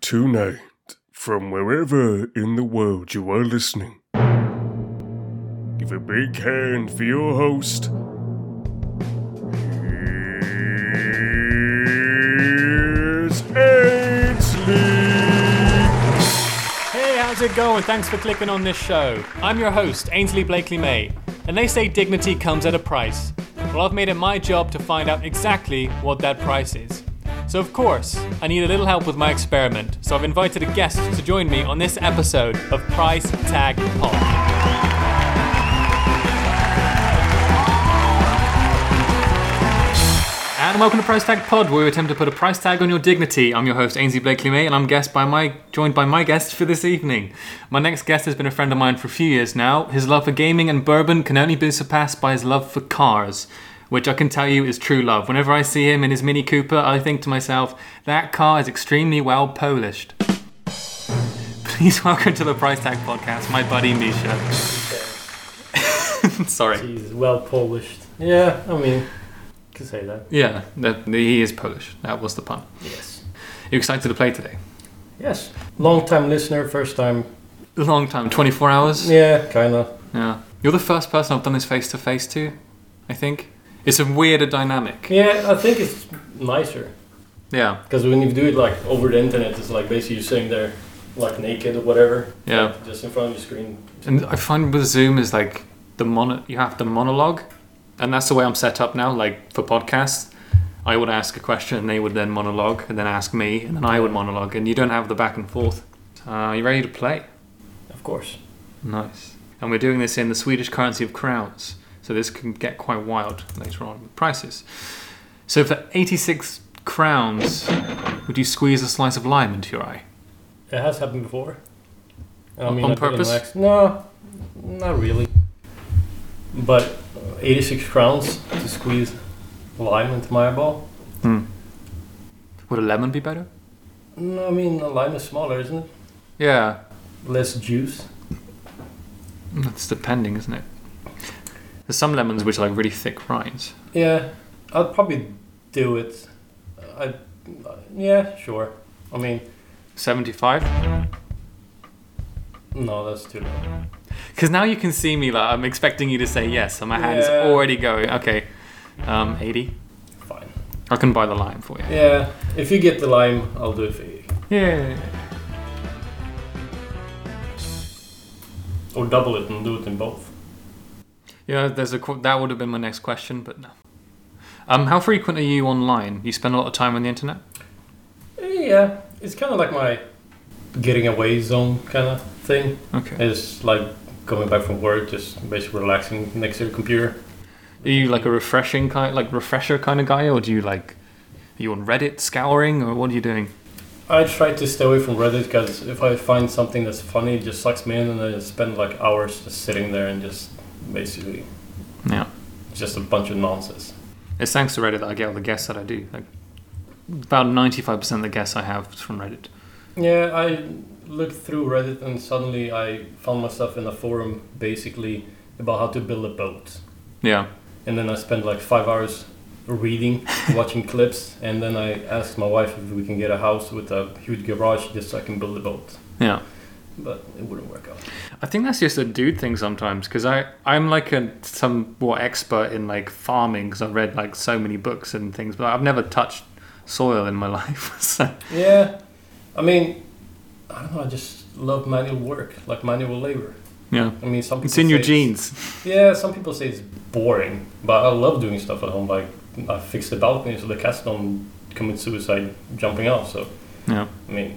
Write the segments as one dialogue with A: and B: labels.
A: tonight from wherever in the world you are listening. Give a big hand for your host. Here's Ainsley.
B: Hey, how's it going? Thanks for clicking on this show. I'm your host, Ainsley Blakely May, and they say dignity comes at a price. Well, I've made it my job to find out exactly what that price is. So, of course, I need a little help with my experiment, so I've invited a guest to join me on this episode of Price Tag Pod. And welcome to Price Tag Pod, where we attempt to put a price tag on your dignity. I'm your host Ainsley Blakely May, and I'm guest by my joined by my guest for this evening. My next guest has been a friend of mine for a few years now. His love for gaming and bourbon can only be surpassed by his love for cars, which I can tell you is true love. Whenever I see him in his Mini Cooper, I think to myself, that car is extremely well polished. Please welcome to the Price Tag Podcast, my buddy Misha. Sorry.
C: He's well polished. Yeah, I mean, can say that.
B: Yeah, that, he is Polish. That was the pun.
C: Yes.
B: You excited to play today?
C: Yes. Long time listener, first time.
B: A long time, 24 hours.
C: Yeah, kinda.
B: Yeah. You're the first person I've done this face to face to, I think. It's a weirder dynamic.
C: Yeah, I think it's nicer
B: Yeah.
C: because when you do it like over the internet, it's like basically you're sitting there like naked or whatever.
B: Yeah.
C: like, just in front of your screen.
B: And I find with Zoom is like the mono- you have to monologue, and that's the way I'm set up now. Like for podcasts, I would ask a question, and they would then monologue, and then ask me, and then I would monologue, and you don't have the back and forth. Uh, you ready to play?
C: Of course.
B: Nice. And we're doing this in the Swedish currency of crowns, so this can get quite wild later on with prices. So for 86 crowns, would you squeeze a slice of lime into your eye?
C: It has happened before. I
B: On- on
C: I did it on
B: purpose?
C: acc- No, not really. But uh, 86 crowns to squeeze lime into my eyeball.
B: Would a lemon be better?
C: No, I mean, lime is smaller, isn't it?
B: Yeah,
C: Less juice.
B: that's depending, isn't it? There's some lemons which are like really thick rinds.
C: Yeah, I'd probably do it. I, yeah, sure. I mean,
B: 75?
C: no, that's too low.
B: Because now you can see me, like, I'm expecting you to say yes, and my hand's
C: Yeah.
B: already going. Okay, um, 80.
C: Fine.
B: I can buy the lime for you.
C: Yeah, if you get the lime, I'll do it for you.
B: Yeah.
C: Or double it and do it in both.
B: Yeah, there's a qu- that would have been my next question, but no. Um, how frequent are you online? You spend a lot of time on the internet.
C: Eh, Yeah, it's kind of like my getting away zone kind of thing.
B: Okay.
C: It's like coming back from work, just basically relaxing next to the computer.
B: Are you like a refreshing kind, like refresher kind of guy, or do you like, are you on Reddit scouring, or what are you doing?
C: I try to stay away from Reddit because if I find something that's funny, it just sucks me in, and I spend like hours just sitting there and just basically
B: Yeah.
C: just a bunch of nonsense.
B: It's thanks to Reddit that I get all the guests that I do. Like, about ninety-five percent of the guests I have is from Reddit.
C: Yeah, I looked through Reddit and suddenly I found myself in a forum basically about how to build a boat.
B: Yeah.
C: And then I spent like five hours reading, watching clips, and then I asked my wife if we can get a house with a huge garage just so I can build a boat.
B: Yeah.
C: But it wouldn't work out.
B: I think that's just a dude thing sometimes because I I'm like a somewhat expert in like farming because I've read like so many books and things, but I've never touched soil in my life. so
C: Yeah, I mean, I don't know, I just love manual work, like manual labor.
B: yeah,
C: I mean, some people
B: it's in your
C: say
B: genes.
C: Yeah, some people say it's boring, but I love doing stuff at home. Like I fixed the balcony so the cats don't commit suicide jumping off. So
B: Yeah,
C: I mean,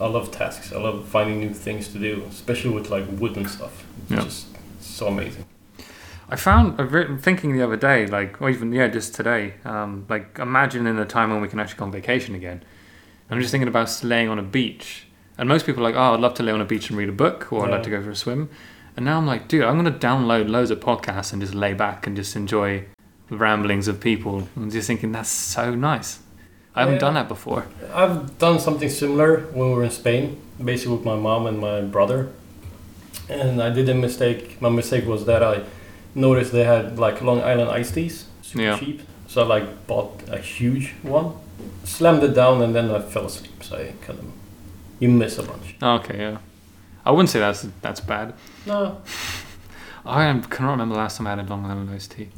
C: I love tasks. I love finding new things to do, especially with like wood and stuff. It's
B: Yeah.
C: just so amazing.
B: I found I've written thinking the other day, like or even yeah, just today, um, like imagining a time when we can actually go on vacation again. I'm just thinking about laying on a beach, and most people are like, oh, I'd love to lay on a beach and read a book, or I'd like
C: Yeah.
B: to go for a swim. And now I'm like, dude, I'm gonna download loads of podcasts and just lay back and just enjoy the ramblings of people. I'm just thinking that's so nice. I haven't
C: Yeah.
B: done that before.
C: I've done something similar when we were in Spain, basically with my mom and my brother. And I did a mistake. My mistake was that I noticed they had like Long Island iced teas, super
B: Yeah.
C: cheap. So I like bought a huge one, slammed it down, and then I fell asleep. So I kind of you miss a bunch.
B: Oh, Okay, yeah. I wouldn't say that's that's bad.
C: No,
B: I am, cannot remember the last time I had a Long Island iced tea.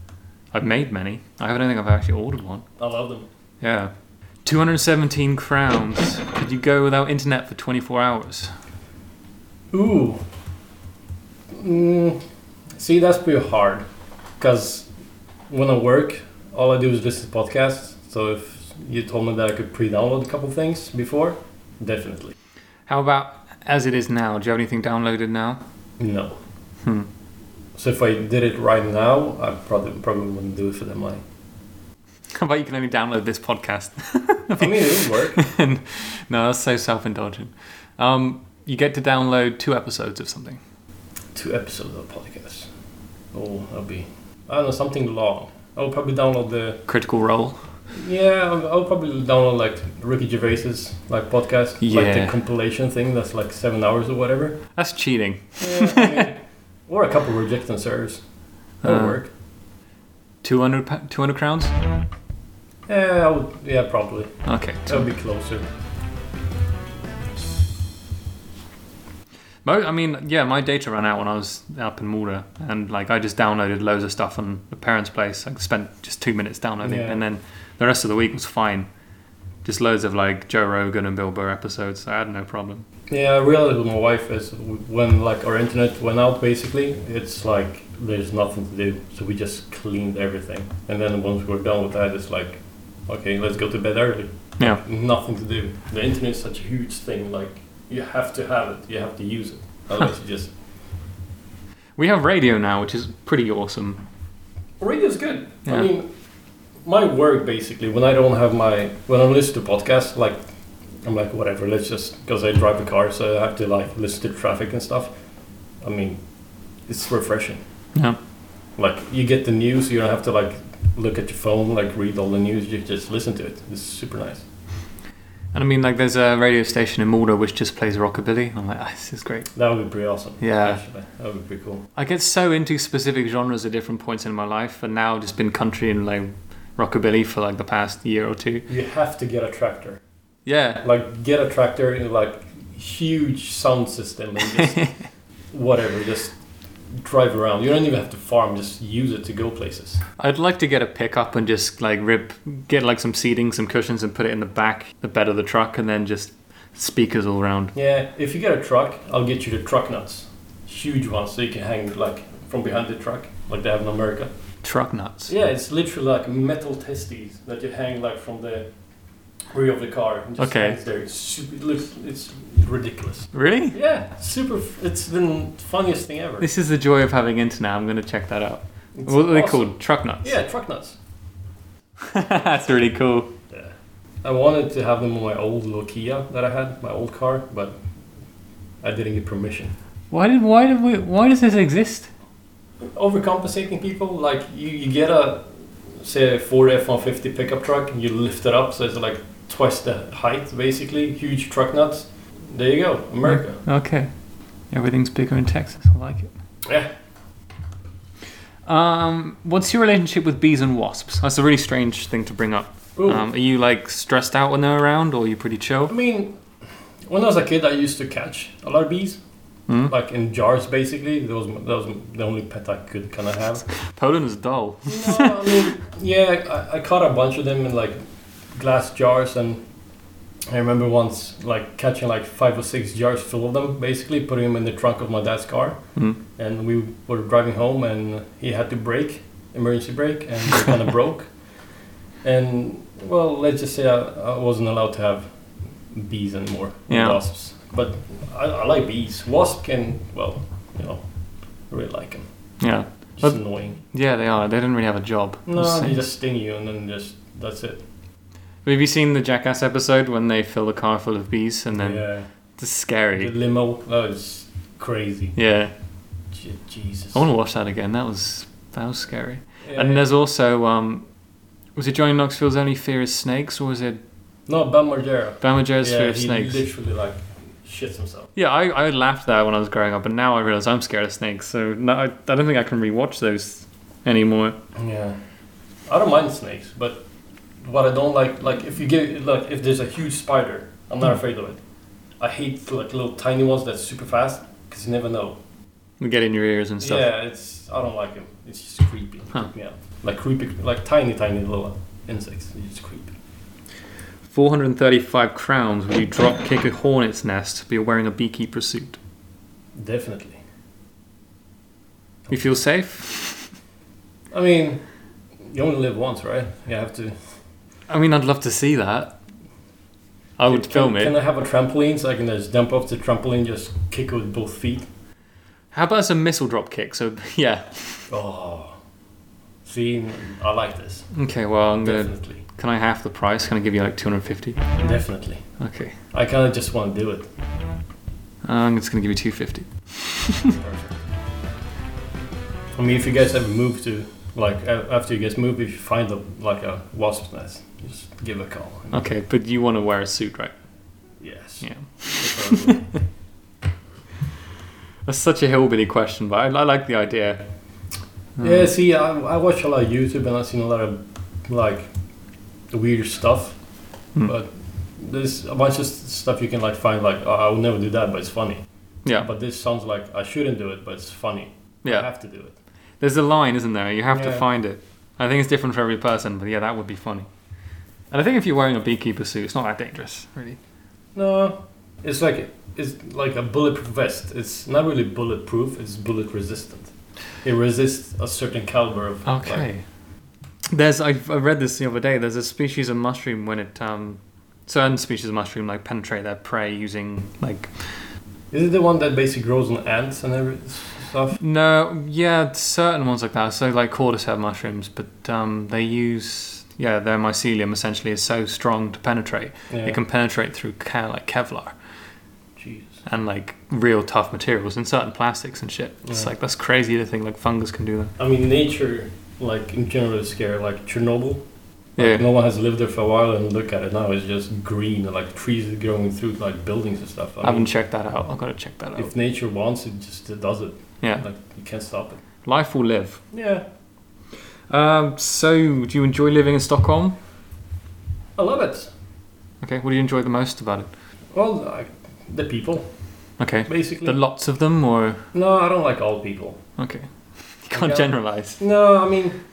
B: I've made many. I don't think I've actually ordered one.
C: I love them.
B: Yeah. 217 crowns. Could you go without internet for 24 hours?
C: Ooh. Mm, see, that's pretty hard. Because when I work, all I do is listen to podcasts. So if you told me that I could pre download a couple things before, definitely.
B: How about as it is now? Do you have anything downloaded now?
C: No. So if I did it right now, I probably probably wouldn't do it for that money.
B: How about you can only download this podcast?
C: I mean, it would work.
B: no, that's so self indulgent. Um, you get to download two episodes of something.
C: Two episodes of podcast. Oh, that'll be. I don't know, something long. I'll probably download the.
B: Critical Role.
C: Yeah, I'll, I'll probably download like Ricky Gervais's like podcast, like the
B: Yeah.
C: compilation thing that's like seven hours or whatever.
B: That's cheating.
C: Yeah, I mean, or a couple reject and serves. That'll
B: Uh.
C: work.
B: 200, pa- 200 crowns?
C: Yeah, I would, yeah, probably.
B: Okay.
C: That would be closer.
B: Mo- I mean, yeah, my data ran out when I was up in Malta, and like I just downloaded loads of stuff on the parents' place. I spent just two minutes downloading,
C: Yeah.
B: and then the rest of the week was fine. Just loads of like Joe Rogan and Bill Burr episodes. I had no problem.
C: Yeah, I realized with my wife is when like our internet went out. Basically, it's like there's nothing to do, so we just cleaned everything. And then once we're done with that, it's like, okay, let's go to bed early.
B: Yeah,
C: Nothing to do. The internet is such a huge thing. Like you have to have it. You have to use it. Otherwise, you just
B: we have radio now, which is pretty awesome.
C: radio's good.
B: Yeah.
C: I mean, my work basically when I don't have my when I listen to podcasts, like I'm like whatever. Let's just because I drive a car, so I have to like listen to traffic and stuff. I mean, it's refreshing.
B: Yeah,
C: like you get the news you don't have to like look at your phone like read all the news you just listen to it it's super nice
B: and I mean, like there's a radio station in Malta which just plays rockabilly. I'm like, ah, this is great.
C: that would be pretty awesome
B: Yeah.
C: actually that would be pretty cool
B: I get so into specific genres at different points in my life, and now I've just been country and like rockabilly for like the past year or two.
C: you have to get a tractor
B: Yeah,
C: like get a tractor and like huge sound system and just whatever just drive around you don't even have to farm just use it to go places
B: I'd like to get a pickup and just like rip, get like some seating, some cushions, and put it in the back, the bed of the truck, and then just speakers all round.
C: yeah if you get a truck i'll get you the truck nuts huge ones so you can hang like from behind the truck like they have in america
B: Truck nuts.
C: Yeah, it's literally like metal testes that you hang like from the rear of the car. And just
B: Okay.
C: hangs There. It's super, it looks, it's ridiculous.
B: Really?
C: Yeah, super. f- It's the funniest thing ever.
B: This is the joy of having internet. I'm going to check that out.
C: It's
B: what are they
C: awesome.
B: called? Truck nuts.
C: Yeah, truck nuts.
B: That's really cool.
C: Yeah. I wanted to have them on my old little Kia that I had, my old car, but I didn't get permission.
B: Why did why did we why does this exist?
C: Overcompensating people, like you, you get a say a Ford F one fifty pickup truck and you lift it up so it's like twice the height basically. Huge truck nuts. There you go, America.
B: Okay, everything's bigger in Texas. I like it.
C: Yeah.
B: Um, what's your relationship with bees and wasps? That's a really strange thing to bring up.
C: Ooh.
B: Um, are you like stressed out when they're around, or are you pretty
C: I
B: chill?
C: mean, when I was a kid, I used to catch a lot of bees,
B: Mhm.
C: like in jars, basically. That was that was the only pet I could kind of have.
B: Poland is dull.
C: no, I mean, yeah, I, I caught a bunch of them in like glass jars, and I remember once like catching like five or six jars full of them, basically putting them in the trunk of my dad's car,
B: Mm.
C: and we were driving home, and he had to brake, emergency brake, and we kind of broke, and well, let's just say I, I wasn't allowed to have bees anymore, or
B: Yeah.
C: wasps, but I, I like bees. Wasp can well, you know, I really like them.
B: Yeah.
C: Just
B: But-
C: annoying.
B: Yeah, they are. They didn't really have a job.
C: No,
B: Just
C: they
B: saying.
C: just sting you and then just that's it.
B: Have you seen the Jackass episode when they fill the car full of bees and then
C: yeah,
B: it's
C: the
B: scary?
C: limo that was crazy.
B: Yeah,
C: Je- Jesus.
B: I want to watch that again. That was that was scary.
C: Yeah.
B: Oh, And there's also um, was it Johnny Knoxville's only fear is snakes or was it
C: no Bam Margera.
B: Bama Joe's fear
C: Yeah,
B: of
C: he
B: snakes?
C: literally like shits himself.
B: Yeah, I, I laughed at that when I was growing up, and now I realize I'm scared of snakes. So no, I, I don't think I can rewatch those anymore.
C: Yeah, I don't mind snakes, but
B: Hmm.
C: what I don't like, like if you give, like if there's a huge spider, I'm not afraid of it. I hate like little tiny ones that's super fast because you never know.
B: We get in your ears and stuff.
C: Yeah, it's I don't like them. It's just creepy.
B: Huh.
C: Yeah, like creepy, like tiny, tiny little insects. It's just creepy.
B: 435 crowns would you drop kick a hornet's nest, but you're wearing a beekeeper suit.
C: Definitely.
B: You feel safe?
C: I mean, you only live once, right? You have to.
B: I mean, I'd love to see that. I would
C: Can-
B: film
C: Can
B: it.
C: I have a trampoline so I can just jump off the trampoline, just kick it with both feet?
B: How about some missile drop kick? So, yeah.
C: Oh, see, I like this.
B: Okay, well, I'm gonna.
C: Definitely,
B: Can I half the price? Can I give you like 250?
C: definitely.
B: Okay.
C: I kind of just want to do it.
B: I'm just gonna give you 250.
C: Perfect. I mean, if you guys ever move to, like, a- after you guys move, if you find a, like a wasp nest, just give a call.
B: Okay, but you wanna wear a suit, right?
C: Yes.
B: Uh, Yeah.
C: preferably.
B: That's such a hillbilly question, but I, I like the idea. Mm.
C: yeah. See, I, I watch a lot of YouTube and I've seen a lot of like weird stuff,
B: Hmm.
C: but there's a bunch of s- stuff you can like find like oh, I would never do that, but it's funny.
B: Yeah,
C: But this sounds like I shouldn't do it, but it's funny. I
B: yeah.
C: have to do it.
B: There's a line, isn't there? You have to
C: Yeah.
B: find it. I think it's different for every person, but yeah, that would be funny. And I think if you're wearing a beekeeper suit, it's not that dangerous, really.
C: No, it's like it's like a bulletproof vest. It's not really bulletproof. It's bullet resistant. It resists a certain caliber of. like-
B: Okay. There's I, I read this the other day. There's a species of mushroom when it um, certain species of mushroom like penetrate their prey using like
C: is it the one that basically grows on ants and every stuff?
B: no yeah certain ones like that. So like cordyceps mushrooms, but um, they use yeah their mycelium essentially is so strong to penetrate.
C: Yeah.
B: It can penetrate through kind of like Kevlar
C: Jeez.
B: and like real tough materials and certain plastics and shit. It's
C: Yeah.
B: like that's crazy to think like fungus can do that.
C: I mean, nature, like in general, is scary. Like Chernobyl. Like,
B: Yeah.
C: No one has lived there for a while, and look at it now. It's just green, and, like trees growing through like buildings and stuff.
B: I haven't checked that out. I've got to check that out.
C: if nature wants it, just it does it.
B: yeah.
C: Like you can't stop it.
B: Life will live.
C: Yeah,
B: Um, so, do you enjoy living in Stockholm?
C: I love it.
B: Okay, what do you enjoy the most about it?
C: Well, like, the people,
B: Okay,
C: basically.
B: the lots of them, or
C: No, I don't like all people.
B: okay, you can't
C: Yeah.
B: generalize.
C: No, I mean,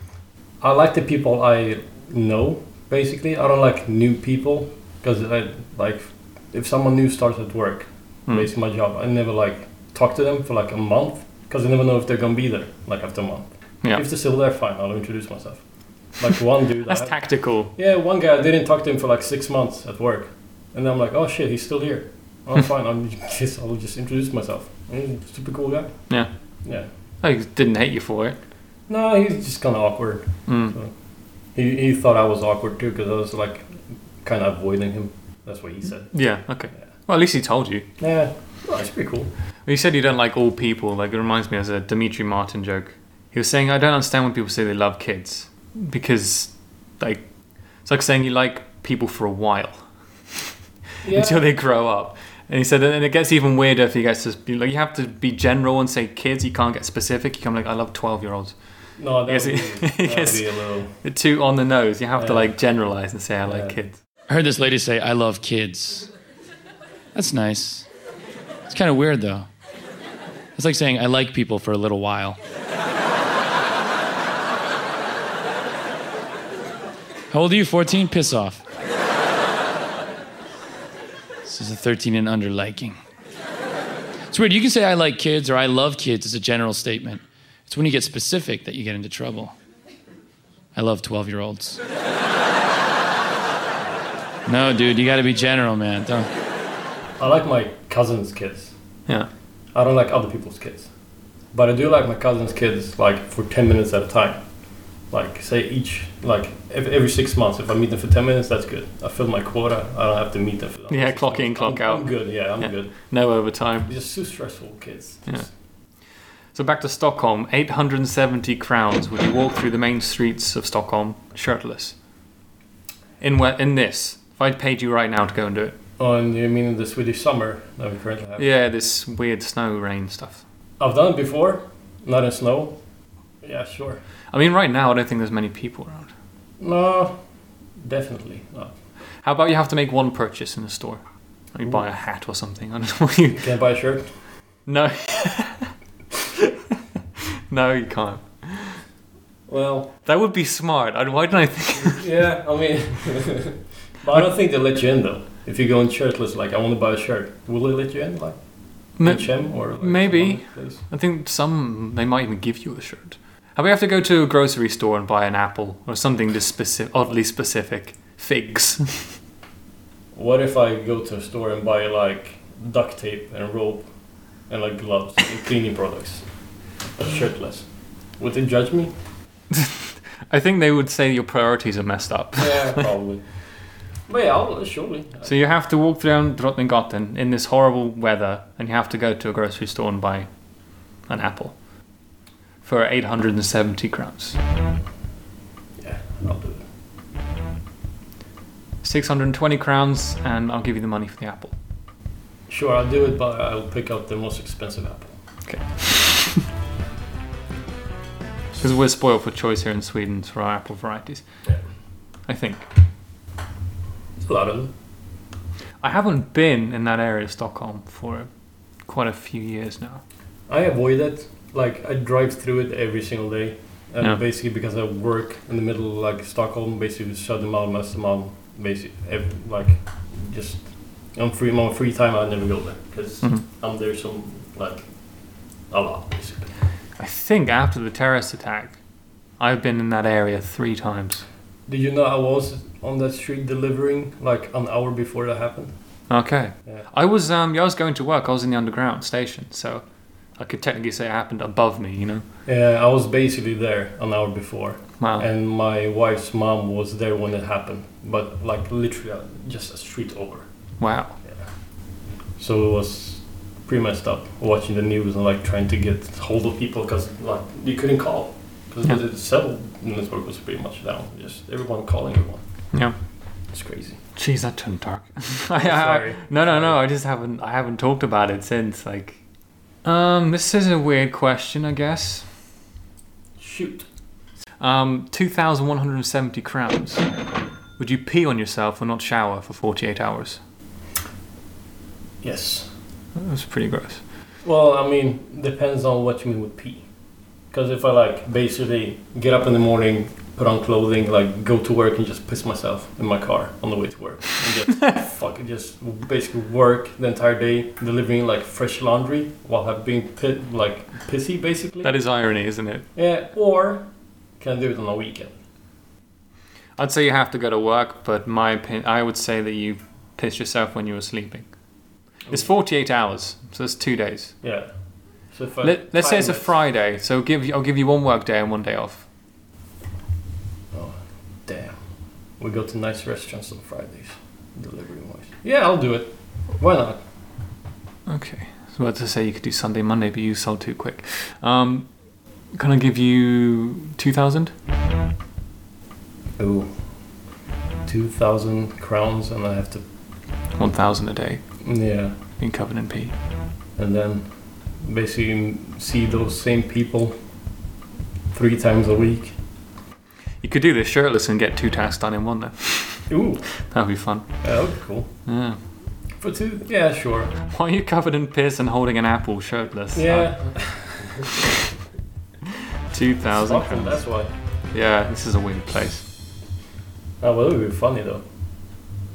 C: I like the people I know. Basically, I don't like new people because I like if someone new starts at work,
B: Hmm.
C: basically my job, I never like talk to them for like a month because I never know if they're gonna be there like after a month.
B: Yeah,
C: If they're still there, fine, I'll introduce myself. Like one dude, I
B: that's
C: had-
B: tactical.
C: yeah, one guy I didn't talk to him for like six months at work, and I'm like, oh shit, he's still here. Oh fine, I'm just I'll just introduce myself. Mm, Super cool guy.
B: Yeah,
C: Yeah.
B: I didn't hate Oh, you for it.
C: No, he's just kind of awkward.
B: Mm.
C: He, he thought I was awkward too because I was like kind of avoiding him. That's what he said.
B: Yeah, okay.
C: Yeah.
B: Well, at least he told you.
C: Yeah, well, that's pretty cool.
B: You said you don't like all people. Like it reminds me of a Dimitri Martin joke. He was saying, I don't understand when people say they love kids because, like, it's like saying you like people for a while.
C: Yeah,
B: until they grow up. And he said, and it gets even weirder if you guys just be like, you have to be general and say kids. You can't get specific. You can be like, I love twelve year olds.
C: no, that
B: Yes,
C: would be,
B: he-
C: that would
B: yes.
C: be a little.
B: They're too on the nose. You have to
C: Yeah.
B: like generalize and say, I like
C: Yeah.
B: kids.
D: I heard this lady say, I love kids. That's nice. It's kind of weird, though. It's like saying, I like people for a little while. How old are you? 14? Piss off. This is a 13 and under liking. It's weird. You can say, I like kids or I love kids as a general statement. It's when you get specific that you get into trouble. I love 12 year olds. No, dude, you gotta be general, man. Don't.
C: I like my cousin's kids.
B: Yeah.
C: I don't like other people's kids, but I do like my cousin's kids like for ten minutes at a time. Like say each like ev- every six months. If I meet them for ten minutes, that's good. I fill my quota. I don't have to meet them. For
B: Yeah,
C: six
B: clock in,
C: months.
B: clock
C: I'm,
B: out.
C: I'm good. Yeah, I'm
B: Yeah.
C: good.
B: No overtime.
C: They're just too stressful kids.
B: Yeah.
C: Just-
B: So back to Stockholm. 870 crowns. Would you walk through the main streets of Stockholm shirtless? In where, in this. If I paid you right now to go and do it.
C: Oh, and you mean the Swedish summer that we currently have?
B: Yeah, this weird snow rain stuff.
C: I've done it before, not in snow. Yeah, sure.
B: I mean, right now I don't think there's many people around.
C: No, definitely not.
B: How about you have to make one purchase in the store? Or you buy a hat or something. I don't know what you.
C: Can I buy a shirt?
B: No. no, you can't.
C: Well,
B: That would be smart. I, why didn't I think?
C: yeah, I mean, but I don't think they let you in though. If you go in shirtless, like I want to buy a shirt, will they let you in? Like
B: Ma-
C: H&M or like,
B: maybe.
C: some other place?
B: I think some they might even give you a shirt. How we have to go to a grocery store and buy an apple or something just specific, oddly specific. Figs.
C: What if I go to a store and buy like duct tape and rope and like gloves and cleaning products, but shirtless? Would they judge me?
B: I think they would say your priorities are messed up.
C: Yeah, probably. But yeah, I'll, surely.
B: So you have to walk down Drottninggatan in this horrible weather, and you have to go to a grocery store and buy an apple for 870 crowns.
C: Yeah, I'll do it.
B: 620 crowns, and I'll give you the money for the apple.
C: Sure, I'll do it, but I'll pick up the most expensive apple.
B: Okay. Because we're spoiled for choice here in Sweden for our apple varieties.
C: Yeah.
B: I think.
C: A lot of them.
B: I haven't been in that area of Stockholm for quite a few years now.
C: I avoid it. Like I drive through it every single day, and
B: Yeah.
C: basically because I work in the middle of like Stockholm, basically shut them out, mess them out, basically ev like just on free on free time I never go there because
B: Mhm.
C: I'm there some like a lot basically.
B: I think after the terrorist attack, I've been in that area three times.
C: Did you know I was on that street delivering like an hour before that happened?
B: Okay.
C: Yeah.
B: I was um yeah, I was going to work. I was in the underground station, so I could technically say it happened above me. You know.
C: Yeah, Uh, I was basically there an hour before,
B: Wow.
C: and my wife's mom was there when it happened, but like literally uh, just a street over.
B: wow.
C: So it was pretty messed up watching the news and like trying to get hold of people because like you couldn't call because
B: Yeah.
C: the cell network was pretty much down. Just everyone calling everyone.
B: Yeah.
C: It's crazy.
B: Jeez, that turned dark. I, I,
C: Sorry.
B: no, no, no. I just haven't. I haven't talked about it since. Like, um, this is a weird question, I guess.
C: Shoot.
B: Um, two thousand one hundred and seventy crowns. Would you pee on yourself or not shower for forty-eight hours?
C: Yes.
B: That was pretty gross.
C: Well, I mean, depends on what you mean with pee. Because if I like basically get up in the morning, put on clothing, like go to work and just piss myself in my car on the way to work, and just fuck, just basically work the entire day delivering like fresh laundry while have being pit, like pissy basically.
B: That is irony, isn't it?
C: Yeah, or can do it on a weekend.
B: I'd say you have to go to work, but my opinion, I would say that you pissed yourself when you were sleeping. It's 48 hours, so that's two days.
C: Yeah. So if I
B: Let, let's say it's a
C: time it-
B: Friday, so give you, I'll give you one work day and one day off.
C: Oh, damn. We go to nice restaurants on Fridays, delivery wise. Yeah, I'll do it. Why not?
B: Okay. So about to say you could do Sunday, Monday, but you sold too quick. Um, can I give you 2,000?
C: Ooh. 2,000 crowns, and I have to.
B: 1,000 a day,
C: Yeah.
B: being covered in pee.
C: And then basically see those same people three times a week.
B: You could do this shirtless and get two tasks done in one, though.
C: Ooh,
B: That would be fun.
C: yeah, that would be cool.
B: Yeah.
C: For two? Yeah, sure.
B: Why are you covered in piss and holding an apple shirtless?
C: Yeah.
B: Uh, 2,000
C: Stockholm,
B: pounds.
C: that's why.
B: Yeah, this is a weird place.
C: Oh, well, it would be funny though.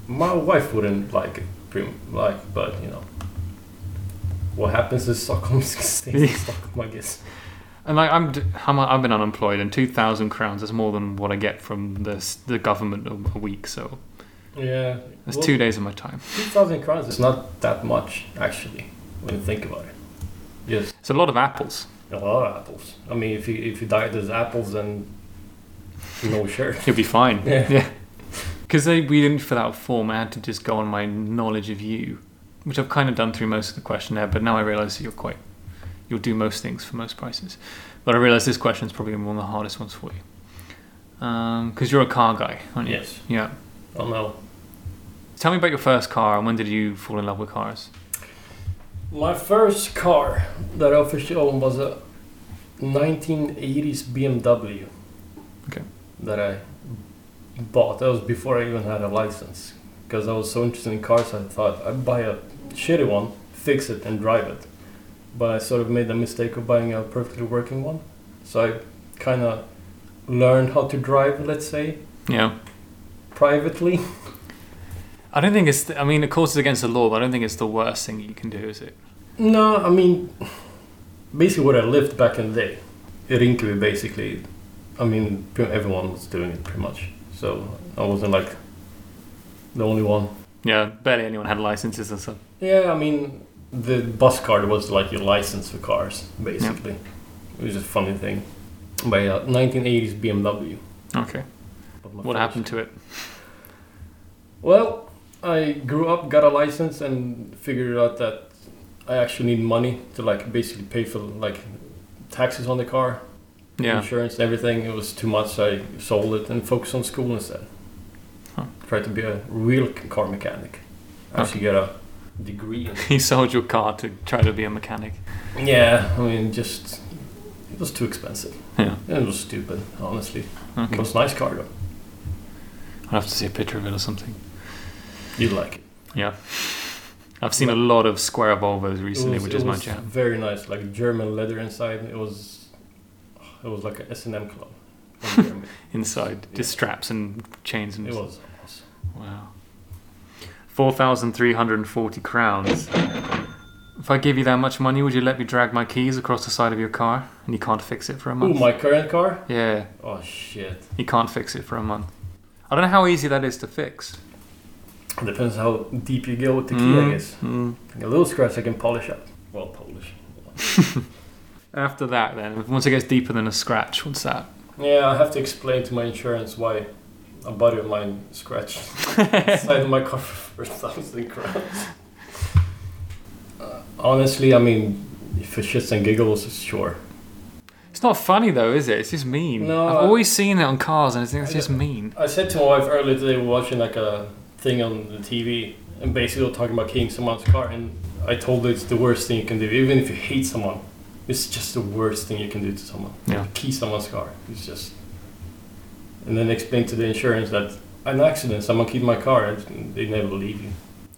C: My wife wouldn't like it, pretty, like, but you know, what happens in Stockholm stays in Stockholm, I guess.
B: And like I'm, d- I'm, I've been unemployed, and two thousand crowns is more than what I get from the s- the government a, a week. So
C: Yeah,
B: that's two days of my time.
C: Two thousand crowns is not that much actually when you think about it. Yes,
B: It's a lot of apples.
C: a lot of apples. I mean, if you if you diet as apples, then no shirt.
B: You'll be fine.
C: Yeah.
B: Because we didn't fill out a form, I had to just go on my knowledge of you, which I've kind of done through most of the questionnaire. But now I realise that you're quite, you'll do most things for most prices. But I realise this question's probably one of the hardest ones for you, because you're a car guy, aren't you?
C: Yes.
B: Yeah.
C: Oh no.
B: Tell me about your first car and when did you fall in love with cars?
C: My first car that I officially owned was a 1980s BMW.
B: Okay.
C: That I bought. That was before I even had a license. because I was so interested in cars. I thought I'd buy a shitty one, fix it, and drive it. But I sort of made the mistake of buying a perfectly working one. So I kind of learned how to drive, let's say,
B: Yeah.
C: privately.
B: I don't think it's. I mean, of course, it's against the law, but I don't think it's the worst thing you can do, is it?
C: No, I mean, basically where I lived back in the day, Rinkeby basically, I mean, pre- everyone was doing it pretty much. So I wasn't like the only one.
B: Yeah, barely anyone had licenses and stuff.
C: Yeah, I mean, the bus card was like your license for cars, basically. It was a funny thing. But yeah, 1980s BMW.
B: Okay.
C: was my
B: What
C: first.
B: happened to it?
C: Well, I grew up, got a license, and figured out that I actually need money to like basically pay for like taxes on the car.
B: Yeah.
C: insurance and everything. It was too much. I sold it and focused on school instead.
B: Huh.
C: Tried to be a real c- car mechanic. Actually, got a degree. In
B: You sold your car to try to be a mechanic.
C: yeah, I mean, just it was too expensive.
B: Yeah.
C: And it was stupid, honestly. It
B: Okay.
C: was a nice car though.
B: I'll have to see a picture of it or something.
C: You'd like it.
B: Yeah. I've seen a lot of square Volvos recently,
C: it was,
B: which
C: it
B: is my
C: was
B: jam.
C: Very nice, like German leather inside. It was, it was like an S and M club. in Germany.
B: Inside, just straps and chains and
C: it was awesome.
B: Wow. 4,340 crowns. If I give you that much money, would you let me drag my keys across the side of your car? And you can't fix it for a
C: Ooh,
B: month?
C: my current car.
B: yeah,
C: Oh shit.
B: you can't fix it for a month. I don't know how easy that is to fix.
C: Depends how deep you go with the key, I guess.
B: Mm.
C: A little scratch I can polish up. Well, polish.
B: After that, then, once it gets deeper than a scratch, what's that?
C: Yeah, I have to explain to my insurance why a buddy of mine scratched the side of my car for a thousand crowns. Uh, honestly, I mean, for shits and giggles, sure.
B: It's not funny though, is it? It's just mean.
C: No,
B: I've
C: I-
B: always seen it on cars and I think it's
C: I
B: just mean.
C: I said to my wife earlier today, we were watching like a thing on the TV, and basically they were talking about keying someone's car, and I told her it's the worst thing you can do, even if you hate someone. It's just the worst thing you can do to someone.
B: Yeah.
C: Key someone's car. It's just. And then explain to the insurance that an accident, someone keyed my car, and they never believe you.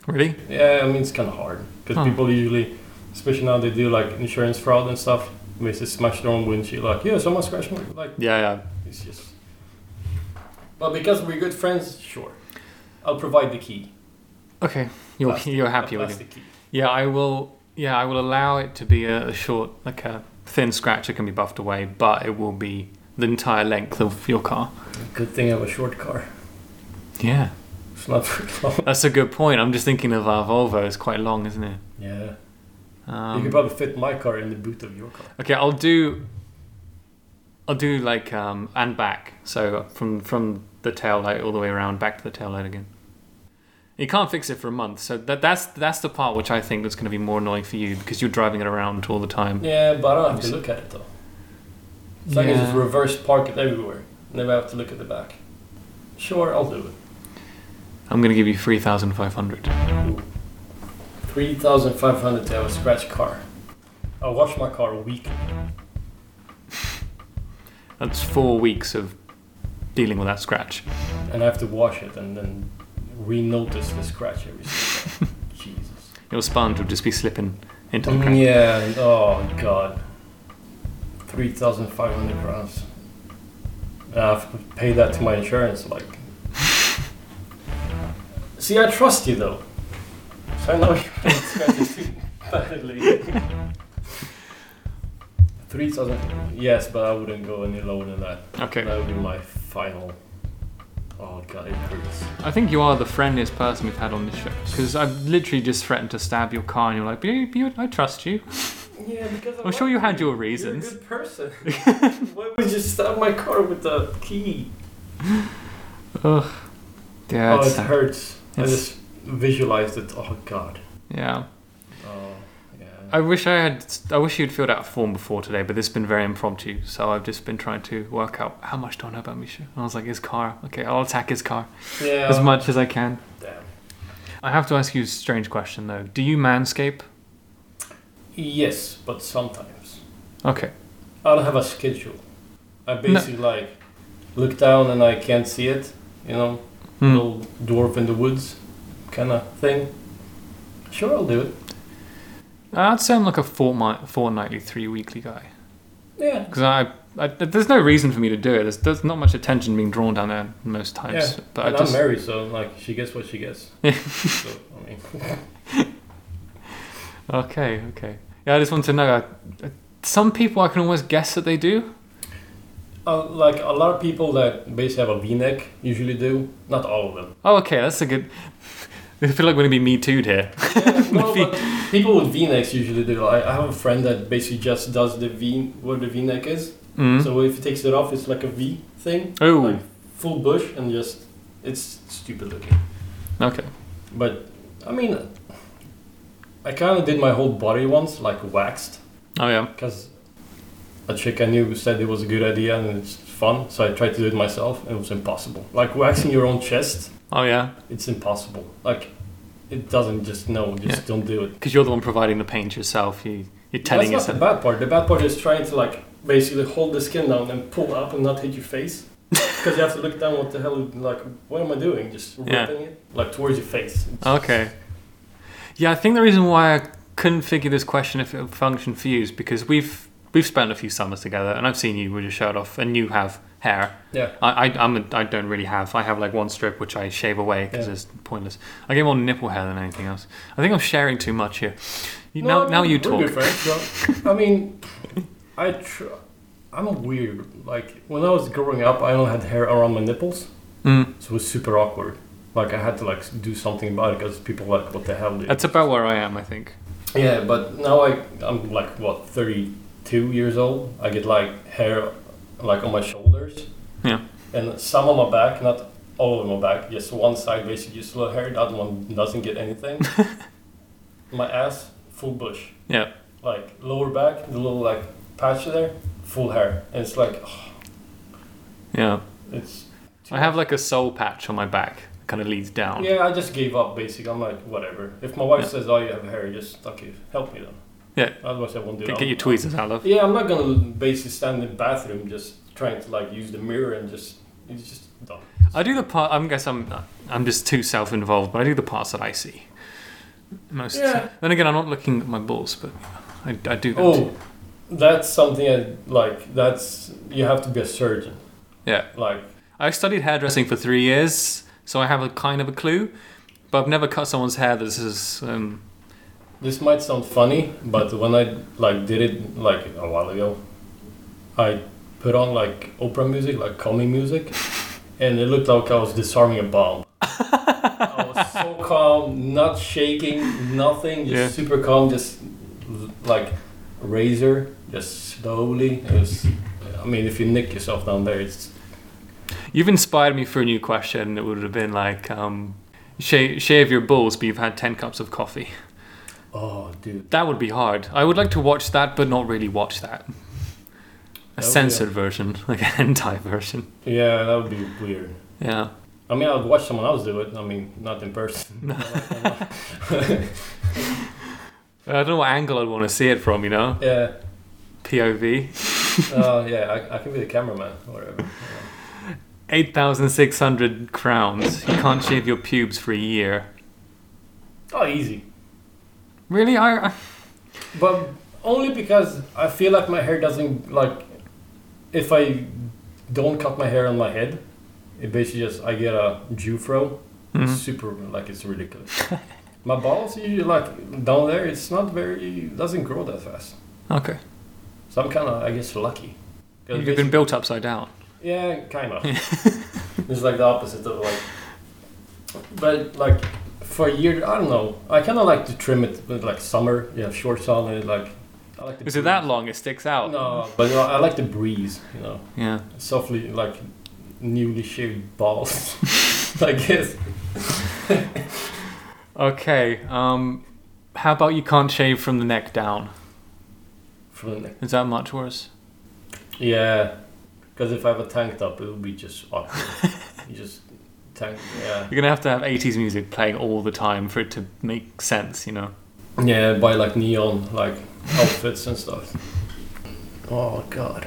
B: Really?
C: Yeah, I mean it's kind of hard because
B: Huh.
C: people usually, especially now, they do like insurance fraud and stuff. Basically, smash their own windshield. Like, yeah, someone scratched my like.
B: Yeah, yeah.
C: It's just. But because we're good friends, sure. I'll provide the key.
B: Okay, you're,
C: Plastic-
B: you're
C: a
B: happy with it.
C: plastic key.
B: Yeah, I will. Yeah, I will allow it to be a, a short, like a thin scratch that can be buffed away, but it will be the entire length of your car.
C: Good thing I have a short car.
B: Yeah,
C: It's not very long.
B: that's a good point. I'm just thinking of our Volvo. It's quite long, isn't it?
C: Yeah. you could
B: Um,
C: probably fit my car in the boot of your car.
B: okay, I'll do. I'll do like um, and back. So from from the tail light all the way around back to the tail light again. You can't fix it for a month, so that that's that's the part which I think that's going to be more annoying for you because you're driving it around all the time.
C: Yeah, but I don't have to look at it though. So I can just
B: Yeah.
C: reverse park it everywhere. Never have to look at the back. Sure, I'll do it.
B: I'm going to give you three thousand five hundred.
C: 3,500 to have a scratch car. I wash my car a week.
B: That's four weeks of dealing with that scratch.
C: and I have to wash it and then re-notice the scratch every single time. Jesus.
B: Your sponge would just be slipping into the crack.
C: Mm, yeah. and- Oh God. Three thousand five hundred crowns. And I have to pay that to my insurance. Like. See, I trust you though. So I know you're not scratching badly. Three thousand. Yes, but I wouldn't go any lower than that.
B: Okay.
C: That would be my final. Oh God, it hurts.
B: I think you are the friendliest person we've had on this show because I've literally just threatened to stab your car and you're like, but you, you- I trust you.
C: Yeah, because I
B: I'm sure you had your
C: You're a
B: reasons.
C: good person. Why would you stab my car with the key?
B: Ugh. Yeah,
C: oh,
B: it's
C: it
B: sad.
C: hurts. I
B: It's-
C: just visualized it. Oh God.
B: yeah.
C: Oh yeah.
B: I wish I had. I wish you'd filled out a form before today, but this has been very impromptu. So I've just been trying to work out how much do I know about Misha. And I was like, his car. Okay, I'll attack his car
C: yeah.
B: as much as I can.
C: Damn.
B: I have to ask you a strange question though. Do you manscape?
C: Yes, but sometimes
B: Okay.
C: I don't have a schedule. I basically like look down and I can't see it. You know,
B: Hmm.
C: little dwarf in the woods. kind of thing. Sure, I'll do it.
B: I'd say I'm like a fortnight, fortnightly, three weekly guy.
C: Yeah,
B: Because I, I, there's no reason for me to do it. There's, there's not much attention being drawn down there most
C: yeah.
B: times. But
C: and
B: I just,
C: I'm married, so like she gets what she gets. so I mean,
B: okay, okay. Yeah, I just want to know. I, I- some people I can almost guess that they do.
C: uh, like a lot of people that basically have a V-neck usually do. Not all of them.
B: Oh, okay, that's a good. I feel like we're gonna be me too'd here.
C: no, but people with V-necks usually do. Like, I have a friend that basically just does the V where the V-neck is.
B: Mm.
C: So if he takes it off, it's like a V thing,
B: oh,
C: like full bush, and just it's stupid looking.
B: okay.
C: But I mean, I kind of did my whole body once, like waxed,
B: Oh yeah.
C: because a chick I knew said it was a good idea and it's fun. So I tried to do it myself, and it was impossible. Like waxing your own chest,
B: Oh yeah.
C: it's impossible. Like it doesn't just no, just
B: Yeah.
C: don't do it.
B: Because you're the one providing the paint yourself. You, you're telling
C: That's
B: yourself.
C: not the bad part. The bad part is trying to like basically hold the skin down and pull up and not hit your face. Because you have to look down. What the hell? Like, what am I doing? Just
B: Yeah.
C: ripping it like towards your face. It's-
B: Okay. Yeah, I think the reason why I couldn't figure this question if it would function for you is because we've we've spent a few summers together, and I've seen you with your shirt off, and you have hair.
C: Yeah.
B: I I, I'm a, I don't really have. I have like one strip which I shave away because
C: Yeah.
B: it's pointless. I get more nipple hair than anything else. I think I'm sharing too much here. You,
C: No, I
B: now
C: mean,
B: now you
C: We're
B: talk.
C: good friends, so- I mean, I tr- I'm weird. Like when I was growing up, I only had hair around my nipples,
B: Mm.
C: so it was super awkward. Like I had to like do something about it because people were like, what the hell? Dude?
B: That's about where I am, I think.
C: Yeah, but now I I'm like what 32 years old. I get like hair like on my shoulders.
B: Yeah.
C: And some on my back, not all of my back. Just one side basically just little hair. The other one doesn't get anything. my ass full bush.
B: Yeah.
C: Like lower back, the little like patch there, full hair. And it's like ugh,
B: Yeah.
C: it's. too
B: I have
C: much.
B: like a soul patch on my back. Kind of leads down.
C: Yeah, I just gave up basically. I'm like whatever. If my wife
B: Yeah.
C: says, "Oh, you have hair," just okay, help me then.
B: Yeah.
C: Otherwise, I won't do it.
B: Get,
C: I'll-
B: get your tweezers out, love.
C: Yeah, I'm not gonna basically stand in the bathroom just trying to like use the mirror and just it's just dumb.
B: I do the part. I guess I'm. I'm just too self-involved, but I do the parts that I see. Most. of the
C: Yeah.
B: time. Then again, I'm not looking at my balls, but I, I do. That
C: Oh,
B: too.
C: that's something I like. That's you have to be a surgeon.
B: Yeah.
C: Like
B: I studied hairdressing for three years, so I have a kind of a clue, but I've never cut someone's hair. This is. Um,
C: this might sound funny, but when I like did it like a while ago, I put on like opera music, like calming music, and it looked like I was disarming a bomb. I was so calm, not shaking, nothing, just
B: Yeah.
C: super calm, just l- like razor, just slowly. It was, I mean, if you nick yourself down there, it's
B: you've inspired me for a new question that would have been like, um, shave, shave your balls, but you've had ten cups of coffee.
C: oh, dude.
B: That would be hard. I would like to watch that, but not really watch that. A
C: That would be a-
B: censored version, like a hentai version.
C: Yeah, that would be weird.
B: Yeah.
C: I mean, I'd watch someone else do it. I mean, not in person.
B: I don't know what angle I'd want to see it from, you know?
C: yeah.
B: POV.
C: Oh yeah, I, I can be the cameraman or whatever.
B: 8,600 crowns. You can't shave your pubes for a year.
C: Oh, easy.
B: Really? I. I
C: But only because I feel like my hair doesn't like. If I don't cut my hair on my head, it basically just I get a Jufro.
B: Mm-hmm.
C: It's super like it's ridiculous. my balls usually like down there. It's not very doesn't grow that fast.
B: okay.
C: So I'm kind of I guess lucky. 'Cause
B: You've been built upside down.
C: Yeah, kind of. it's like the opposite of like. But like for a year, I don't know. I kind of like to trim it with like summer. You have shorts on and like. I like the
B: Is it that long? It sticks out?
C: No, but you know, I like the breeze. You know,
B: Yeah.
C: softly like newly shaved balls. I guess.
B: Okay. Um, how about you can't shave from the neck down?
C: From the neck.
B: Is that much worse?
C: Yeah, because if I have a tank top, it would be just awkward. you just tank. Yeah.
B: You're going to have to have 80s music playing all the time for it to make sense, you know?
C: Yeah, buy like neon like outfits and stuff. Oh god,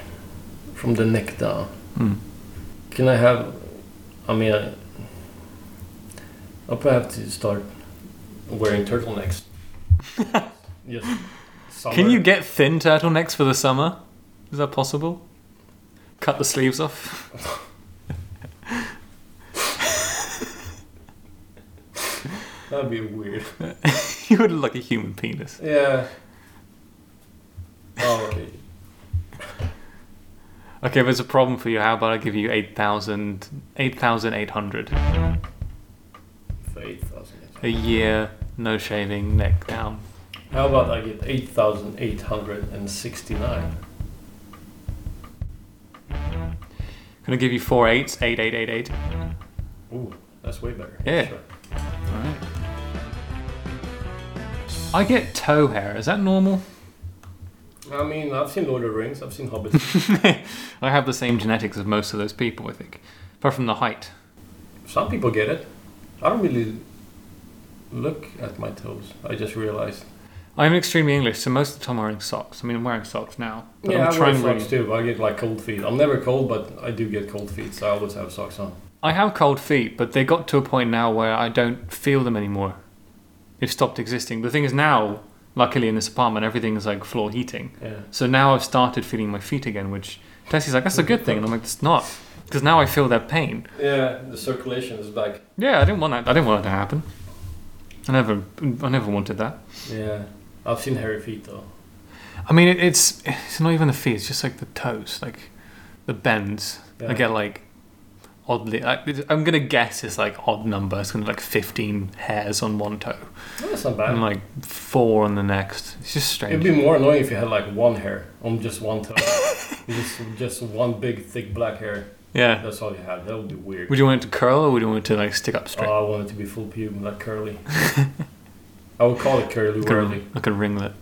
C: from the neck down.
B: Hmm.
C: Can I have? I mean, I, I'll probably have to start wearing turtlenecks. yes.
B: Can you get thin turtlenecks for the summer? Is that possible? Cut the sleeves off.
C: That'd be weird.
B: you would look like a human penis.
C: Yeah. Oh, okay.
B: Okay, if there's a problem for you, how about I give you 8,000 8,800
C: For 8,000.
B: a year, no shaving, neck down.
C: How about I get 8,869?
B: Gonna give you four eights, eight, eight, eight, eight.
C: Ooh, that's way better.
B: Yeah. Alright. I get toe hair. Is that normal?
C: I mean, I've seen Lord of the Rings, I've seen Hobbits.
B: I have the same genetics as most of those people, I think. Apart from the height.
C: Some people get it. I don't really look at my toes. I just realized.
B: I'm extremely English, so most of the time I'm wearing socks. I mean, I'm wearing socks now. But
C: yeah,
B: I'm
C: I wear
B: trying
C: socks
B: really...
C: too, but I get like cold feet. I'm never cold, but I do get cold feet, so I always have socks on.
B: I have cold feet, but they got to a point now where I don't feel them anymore. They've stopped existing. The thing is now, luckily in this apartment, everything is like floor heating.
C: Yeah.
B: So now I've started feeling my feet again, which Tessie's like, that's a good thing. And I'm like, it's not. Because now I feel their pain.
C: Yeah, the circulation is back.
B: Yeah, I didn't want that. I didn't want that to happen. I never, I never wanted that.
C: Yeah. I've seen hairy feet though.
B: I mean, it, it's it's not even the feet. It's just like the toes, like the bends. I
C: Yeah.
B: get like oddly. I, I'm gonna guess it's like odd number. It's gonna be like 15 hairs on one toe
C: Oh, that's not bad.
B: and like four on the next. It's just
C: It'd
B: strange.
C: be more annoying if you had like one hair on just one toe. just, just one big, thick black hair.
B: yeah.
C: That's all you have. That would be weird.
B: Would you want it to curl or would you want it to like stick up straight?
C: Oh, I want it to be full pube, not curly. I would call it curly
B: like, a,
C: whirly.
B: like a ringlet.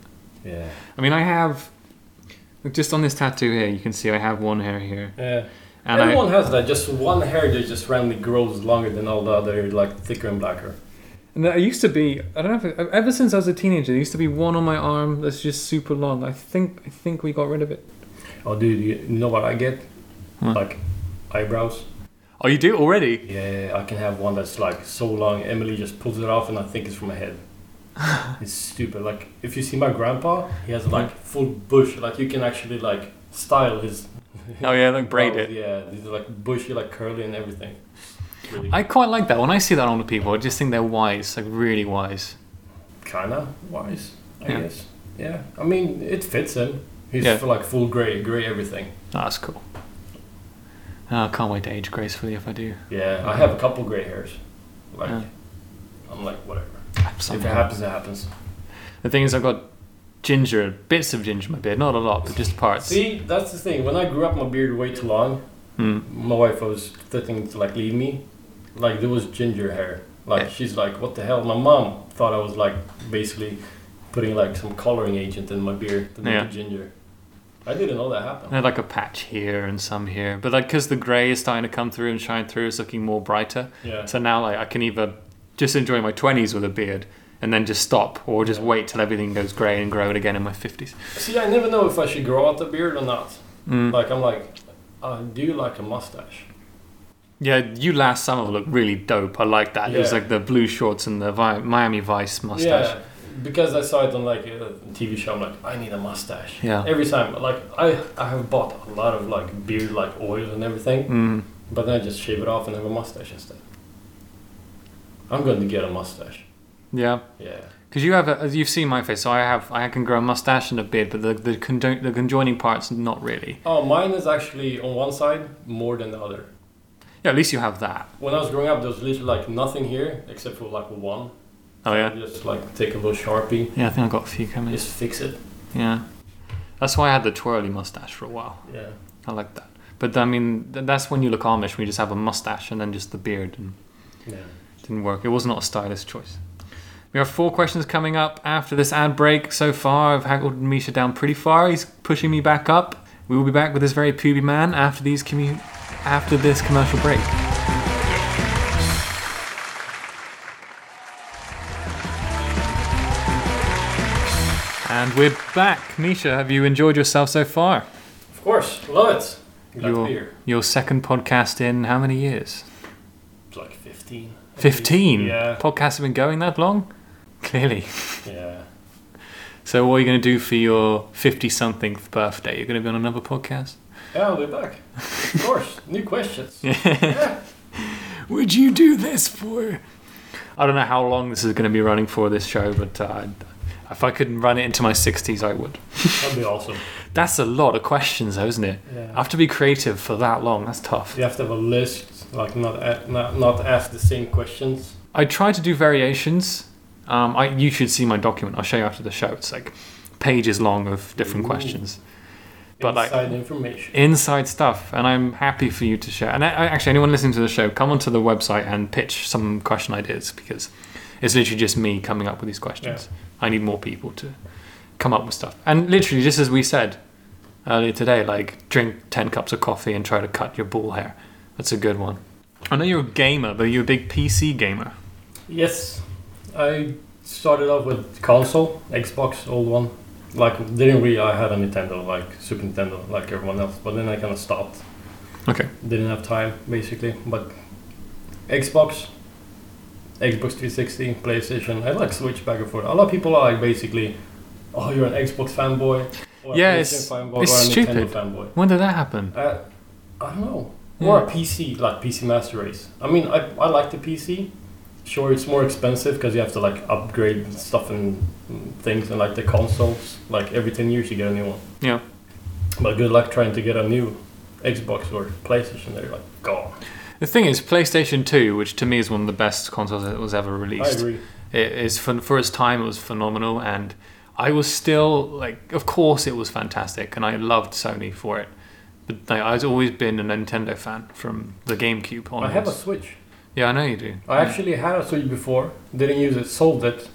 C: Yeah.
B: I mean, I have just on this tattoo here. You can see I have one hair here,
C: Yeah.
B: and I,
C: Everyone has that. Just one hair that just randomly grows longer than all the other, like thicker and blacker.
B: And there used to be, I don't know, if it, ever since I was a teenager, there used to be one on my arm that's just super long. I think I think we got rid of it.
C: Oh, dude, you know what I get?
B: What?
C: Like eyebrows.
B: Oh, you do already?
C: Yeah, I can have one that's like so long. Emily just pulls it off, and I think it's from my head. it's stupid. Like if you see my grandpa, he has like full bush. Like you can actually like style his.
B: Oh yeah, like braid
C: brows.
B: it.
C: Yeah, these are like bushy, like curly, and everything. Really
B: I quite like that. When I see that on the people, I just think they're wise, like really wise.
C: kinda wise, I
B: Yeah.
C: guess. Yeah, I mean it fits him. He's
B: Yeah.
C: f- like full gray, gray everything.
B: Oh, that's cool. Oh, I can't wait to age gracefully if I do.
C: Yeah, I have a couple gray hairs. Like,
B: Yeah.
C: I'm like whatever. If it
B: Somehow.
C: happens, it happens.
B: The thing is, I've got ginger, bits of ginger in my beard, not a lot, but just parts.
C: See, that's the thing. When I grew up my beard way too long,
B: Hmm.
C: my wife was threatening to like leave me. Like there was ginger hair. Like
B: Yeah.
C: she's like, what the hell? My mom thought I was like basically putting like some coloring agent in my beard to make
B: Yeah.
C: it ginger. I didn't know that happened.
B: I had like a patch here and some here, but like because the grey is starting to come through and shine through, it's looking more brighter.
C: Yeah.
B: So now like I can either just enjoy my twenties with a beard and then just stop, or just wait till everything goes grey and grow it again in my fifties.
C: See, I never know if I should grow out the beard or not.
B: Hmm.
C: Like I'm like, I do like a mustache.
B: Yeah, you last summer looked really dope. I like that. It was
C: Yeah.
B: like the blue shorts and the Vi- Miami Vice mustache.
C: Yeah, because I saw it on like a TV show. I'm like, I need a mustache.
B: Yeah.
C: Every time, like I, I have bought a lot of like beard like oils and everything,
B: Mm.
C: but then I just shave it off and have a mustache instead. I'm going to get a mustache.
B: Yeah.
C: Yeah.
B: Because you have, a, as you've seen my face, so I have, I can grow a mustache and a beard, but the the, condo- the conjoining parts not really.
C: Oh, mine is actually on one side more than the other.
B: Yeah, at least you have that.
C: When I was growing up, there was literally like nothing here except for like one.
B: Oh yeah.
C: Just like take a little sharpie,
B: Yeah, I think I got a few coming.
C: just fix it.
B: Yeah. That's why I had the twirly mustache for a while.
C: Yeah.
B: I like that. But I mean, th- that's when you look Amish, when you just have a mustache and then just the beard. And
C: Yeah.
B: it didn't work. It was not a stylish choice. We have four questions coming up after this ad break. So far, I've haggled Misha down pretty far. He's pushing me back up. We will be back with this very puby man after these commu- after this commercial break. And we're back. Misha, have you enjoyed yourself so far?
C: Of course, love it. Glad to
B: your,
C: be here.
B: your second podcast in how many years?
C: It's like 15. I think.
B: 15?
C: Yeah.
B: Podcasts have been going that long? Clearly.
C: Yeah.
B: So, what are you going to do for your 50 something birthday? You're going to be on another podcast?
C: Yeah, we're back. Of course. New questions. Yeah.
B: Would you do this for? I don't know how long this is going to be running for this show, but uh, if I could run it into my 60s, I would.
C: That'd be awesome.
B: That's a lot of questions, though, isn't it?
C: Yeah.
B: I have to be creative for that long. That's tough.
C: You have to have a list, like not a- not not ask the same questions.
B: I try to do variations. Um, I you should see my document. I'll show you after the show. It's like pages long of different
C: Ooh.
B: questions, But, like-
C: Inside information.
B: inside stuff, and I'm happy for you to share. And I, I- actually, anyone listening to the show, come onto the website and pitch some question ideas because it's literally just me coming up with these questions. I need more people to come up with stuff. And literally, just as we said earlier today, like drink ten cups of coffee and try to cut your ball hair. That's a good one. I know you're a gamer, but you're a big PC gamer.
C: Yes, I started off with console, Xbox, old one. Like didn't really I had a Nintendo, like Super Nintendo, like everyone else. But then I kind of stopped.
B: Okay.
C: Didn't have time basically. But Xbox, Xbox 360, PlayStation. I like switch back and forth. A lot of people are like basically, oh, you're an Xbox fanboy. Or a
B: Yeah,
C: PlayStation
B: it's-
C: fanboy,
B: it's
C: or a
B: stupid.
C: Nintendo fanboy.
B: When did that happen?
C: Uh, I don't know.
B: Yeah.
C: Or a PC, like PC Master Race. I mean, I, I like the PC. Sure, it's more expensive because you have to like upgrade stuff and mm, things and like the consoles. Like every 10 years you get a new one.
B: Yeah.
C: But good luck trying to get a new Xbox or PlayStation. They're like gone.
B: The thing is, PlayStation 2, which to me is one of the best consoles that was ever
C: I
B: released,
C: agree.
B: it is for, for its time it was phenomenal, and I was still like, of course it was fantastic, and I loved Sony for it. But like, I've always been a Nintendo fan from the GameCube
C: I
B: onwards.
C: have a Switch.
B: yeah, I know you do.
C: I actually had a Switch before. Didn't use it. Sold it.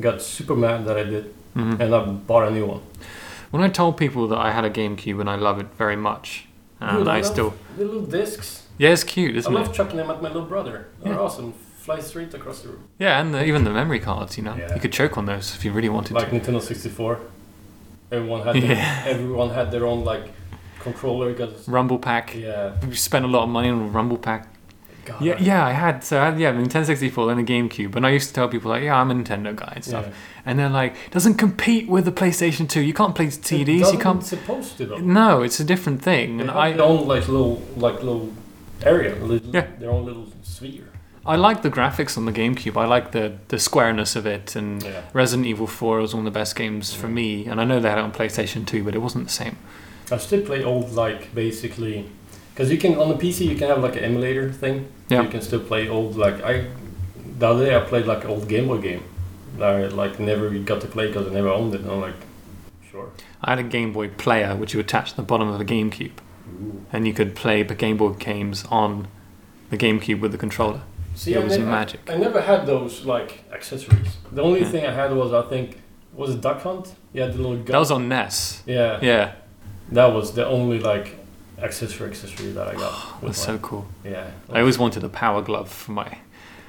C: Got super mad that I did.
B: Mhm.
C: And I bought a new one.
B: Ah, When I told people that I had a GameCube and I love it very much, and
C: Dude,
B: I
C: love
B: still
C: the little discs.
B: yeah, it's cute,
C: I
B: isn't it?
C: love chucking them at my little brother. They're
B: Yeah.
C: awesome. Fly straight across the room.
B: Yeah, and the, even the memory cards, you know,
C: Yeah.
B: you could choke on those if you really wanted
C: Like
B: to.
C: Nintendo 64. Everyone had their,
B: Yeah.
C: everyone had their own like controller because
B: Rumble Pack.
C: yeah.
B: We spent a lot of money on Rumble Pack.
C: God.
B: Yeah, yeah, I had so I had, yeah, the Nintendo 64, then the GameCube, and I used to tell people like, yeah, I'm a Nintendo guy and stuff,
C: Yeah.
B: and they're like, doesn't compete with the PlayStation 2. You can't play CDs. You
C: Doesn't
B: can't.
C: supposed to though.
B: No, it's a different thing,
C: They
B: and
C: have
B: I
C: their own like little like little area, little,
B: Yeah.
C: their own little sphere.
B: I like the graphics on the GameCube. I like the the squareness of it, and
C: Yeah.
B: Resident Evil 4 was one of the best games for me, and I know they had it on PlayStation 2, but it wasn't the same.
C: I still play old like basically because you can on the PC you can have like an emulator thing.
B: Yeah.
C: You can still play old like I the other day I played like old Game Boy game. that I like never got to play because I never owned it. And I'm like, sure.
B: I had a Game Boy player which you attached to the bottom of a GameCube, and you could play the Game Boy games on the GameCube with the controller.
C: See,
B: It
C: I
B: was
C: never,
B: magic.
C: I never had those like accessories. The only
B: Yeah.
C: thing I had was I think was it Duck Hunt? Yeah, the little gun.
B: That was on E NES.
C: yeah,
B: Yeah,
C: that was the only like accessory accessory that I got.
B: that's so
C: mine.
B: cool.
C: yeah.
B: I always wanted a power glove for my.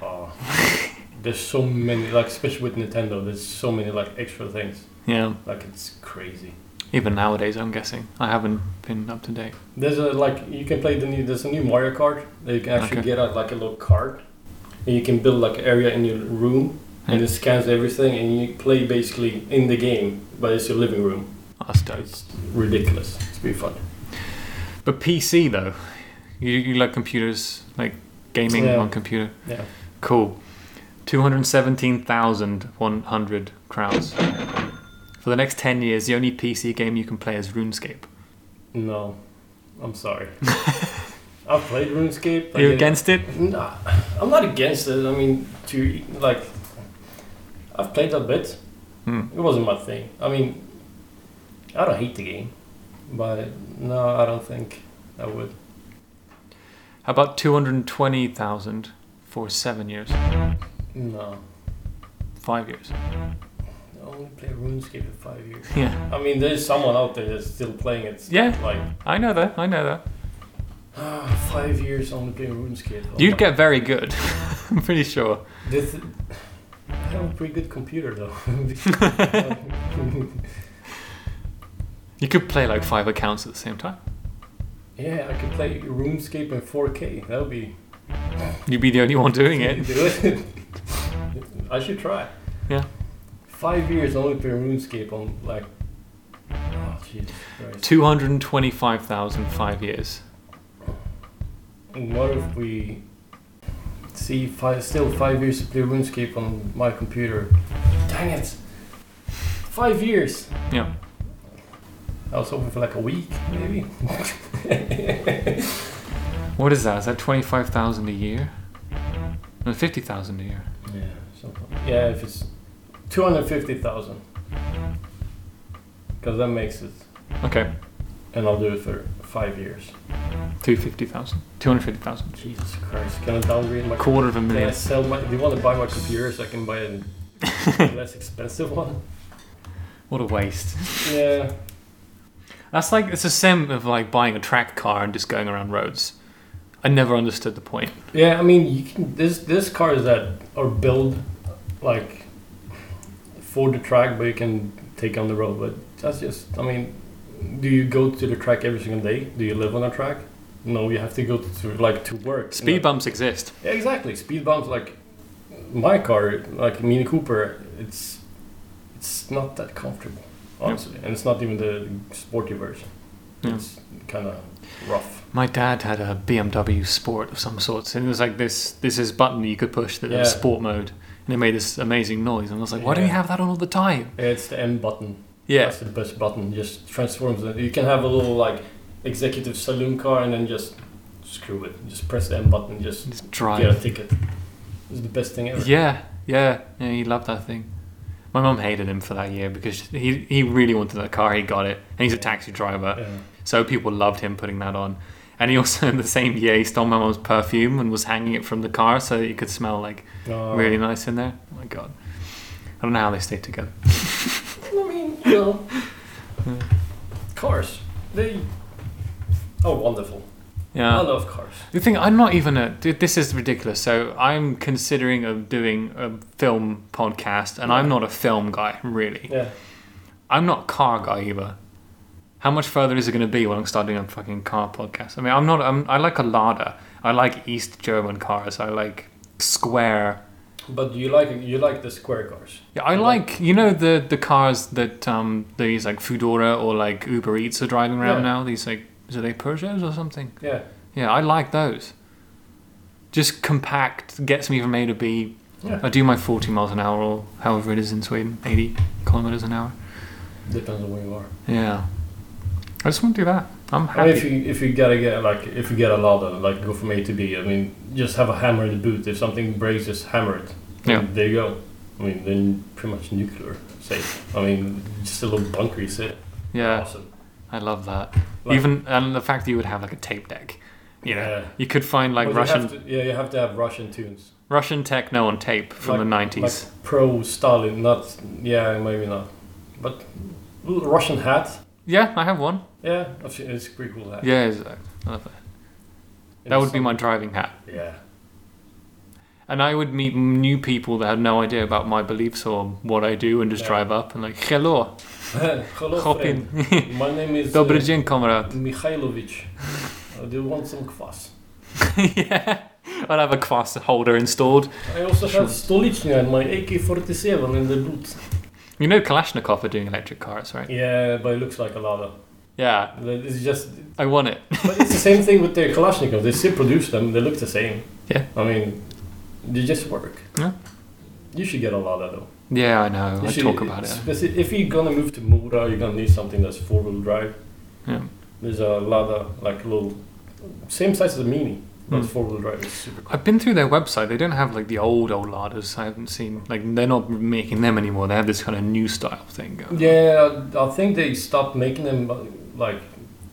C: Oh. there's so many like especially with Nintendo. There's so many like extra things.
B: Yeah,
C: Like it's crazy.
B: even nowadays, I'm guessing. I haven't been up to date.
C: There's a like you can play the new. There's a new Mario Kart. That you can actually
B: Okay.
C: get a, like a little card, and you can build like an area in your room, and it scans everything, and you play basically in the game, but it's your living room.
B: Oh, that's dope.
C: It's ridiculous. It's pretty fun.
B: But PC, though. You, you like computers, like gaming
C: Yeah.
B: on computer.
C: Yeah.
B: Cool. 217,100 crowns. For the next 10 years, the only PC game you can play is RuneScape.
C: No, I'm sorry. I've played RuneScape. I
B: You're
C: get-
B: against it?
C: Nah, I'm not against it. I mean, to like, I've played a bit.
B: Hmm.
C: It wasn't my thing. I mean, I don't hate the game, but no, I don't think I would.
B: How about 220,000 for seven years?
C: No,
B: Five years?
C: I only played RuneScape for five years.
B: Yeah.
C: I mean, there's someone out there that's still playing it.
B: Yeah.
C: Like
B: I know that. I know that.
C: ah, five years only playing RuneScape. Oh
B: You'd
C: my-
B: get very good. I'm pretty sure.
C: This, I have a pretty good computer though.
B: You could play like five accounts at the same time.
C: yeah, I could play RuneScape in 4K. That would be
B: You'd be the only one doing it.
C: Do it. I should try.
B: Yeah.
C: Five years only playing RuneScape on like. Oh, Jesus Christ.
B: 225,000 five years.
C: What if we see five, still five years to play RuneScape on my computer? Dang it! Five years.
B: Yeah.
C: I was hoping for like a week, maybe.
B: What is that? Is that 25,000 a year? No, 50,000 a year.
C: Yeah. Something. Yeah, if it's two hundred fifty thousand, because that makes it,
B: Okay.
C: and I'll do it for five years.
B: 250,000. 250,000.
C: Jesus Christ! Can I downgrade my?
B: Quarter of a
C: Can I
B: million.
C: sell my? Do you want to buy my computer so I can buy a less expensive one?
B: What a waste.
C: Yeah.
B: That's like, it's a sim of like buying a track car and just going around roads. I never understood the point.
C: Yeah, I mean, you can. This this cars that are built like for the track, but you can take on the road. But that's just. I mean, do you go to the track every single day? Do you live on a track? No, you have to go to, to, like to work.
B: Speed
C: bump.
B: bumps exist.
C: Yeah, exactly. Speed bumps like my car, like Mini Cooper. It's it's not that comfortable, honestly, and it's not even the sporty version.
B: Yeah.
C: It's kind of rough.
B: My dad had a BMW Sport of some sort, and it was like this. This is button that you could push that was
C: Yeah.
B: sport mode, and it made this amazing noise. And I was like, why do
C: Yeah.
B: we have that on all the time?
C: It's the M button.
B: Yeah,
C: That's the best button. Just transforms it. You can have a little like executive saloon car and then just screw it. Just press the M button. Just
B: just
C: get a
B: drive.
C: ticket. It's the best thing ever.
B: Yeah, yeah, yeah. He loved that thing. My mum hated him for that year because he he really wanted that car. He got it, and he's a taxi driver,
C: Yeah.
B: so people loved him putting that on. And he also in the same year he stole my mum's perfume and was hanging it from the car so that you could smell like
C: Uh,
B: really nice in there. Oh my god, I don't know how they stayed together.
C: I mean, you know, cars. They are wonderful.
B: Yeah.
C: I love cars.
B: The thing, I'm not even a. Dude, this is ridiculous. So I'm considering of doing a film podcast, and I'm not a film guy, really.
C: Yeah.
B: I'm not a car guy either. How much further is it going to be when I start doing a fucking car podcast? I mean, I'm not. I'm, I like a Lada. I like East German cars. I like square.
C: But you like you like the square cars.
B: Yeah, I like you know the the cars that um these like Foodora or like Uber Eats are driving around
C: Yeah.
B: now. These like are they Peugeots or something?
C: Yeah.
B: Yeah, I like those. Just compact, gets me from A to B.
C: Yeah.
B: I do my 40 miles an hour or however it is in Sweden, 80 kilometers an hour.
C: Depends on where you are.
B: Yeah. I just want to do that. I'm
C: I mean, if
B: happy.
C: you if you gotta get like if you get a lot of like go from A to B, I mean, just have a hammer in the boot. If something breaks, just hammer it.
B: Yeah.
C: And there you go. I mean, then pretty much nuclear safe. I mean, just a little bunker you sit.
B: Yeah,
C: Awesome.
B: I love that.
C: Like-
B: Even and the fact that you would have like a tape deck. You know,
C: Yeah.
B: you could find like
C: But you
B: Russian
C: have to- yeah, you have to have Russian tunes
B: Russian techno on tape from
C: Like-
B: the 90s.
C: like pro Stalin. Not yeah, maybe not, but little Russian hat.
B: yeah, I have one.
C: Yeah, I've seen- it's a pretty cool hat.
B: Yeah, it's- uh, I love that. That would be my driving hat.
C: Yeah.
B: And I would meet new people that had no idea about my beliefs or what I do and just
C: Yeah.
B: drive up and like, hello,
C: Hello,
B: hop
C: friend.
B: in.
C: My name is uh,
B: Dobry dzień, comrade.
C: Mikhailovich. Uh, do you want some kvass?
B: yeah. I'd have a class holder installed.
C: I also have Stolichnya and my AK-47 in the boot.
B: You know Kalashnikov are doing electric cars, right?
C: Yeah, but it looks like a Lada.
B: Yeah.
C: That is just,
B: I want it.
C: but it's the same thing with their Kalashnikov. They still produce them. They look the same.
B: Yeah.
C: I mean, they just work.
B: Yeah.
C: You should get a Lada though.
B: Yeah, I know.
C: You
B: I
C: should-
B: talk about it.
C: speci- if you're gonna move to Mura, you're gonna need something that's four-wheel drive.
B: Yeah.
C: There's a Lada, like a little, same size as a Mini, but
B: Mm.
C: four-wheel drive. It's super cool.
B: I've been through their website. They don't have like the old old ladders. I haven't seen like they're not making them anymore. They have this kind of new style thing going. on.
C: Yeah, I think they stopped making them uh, like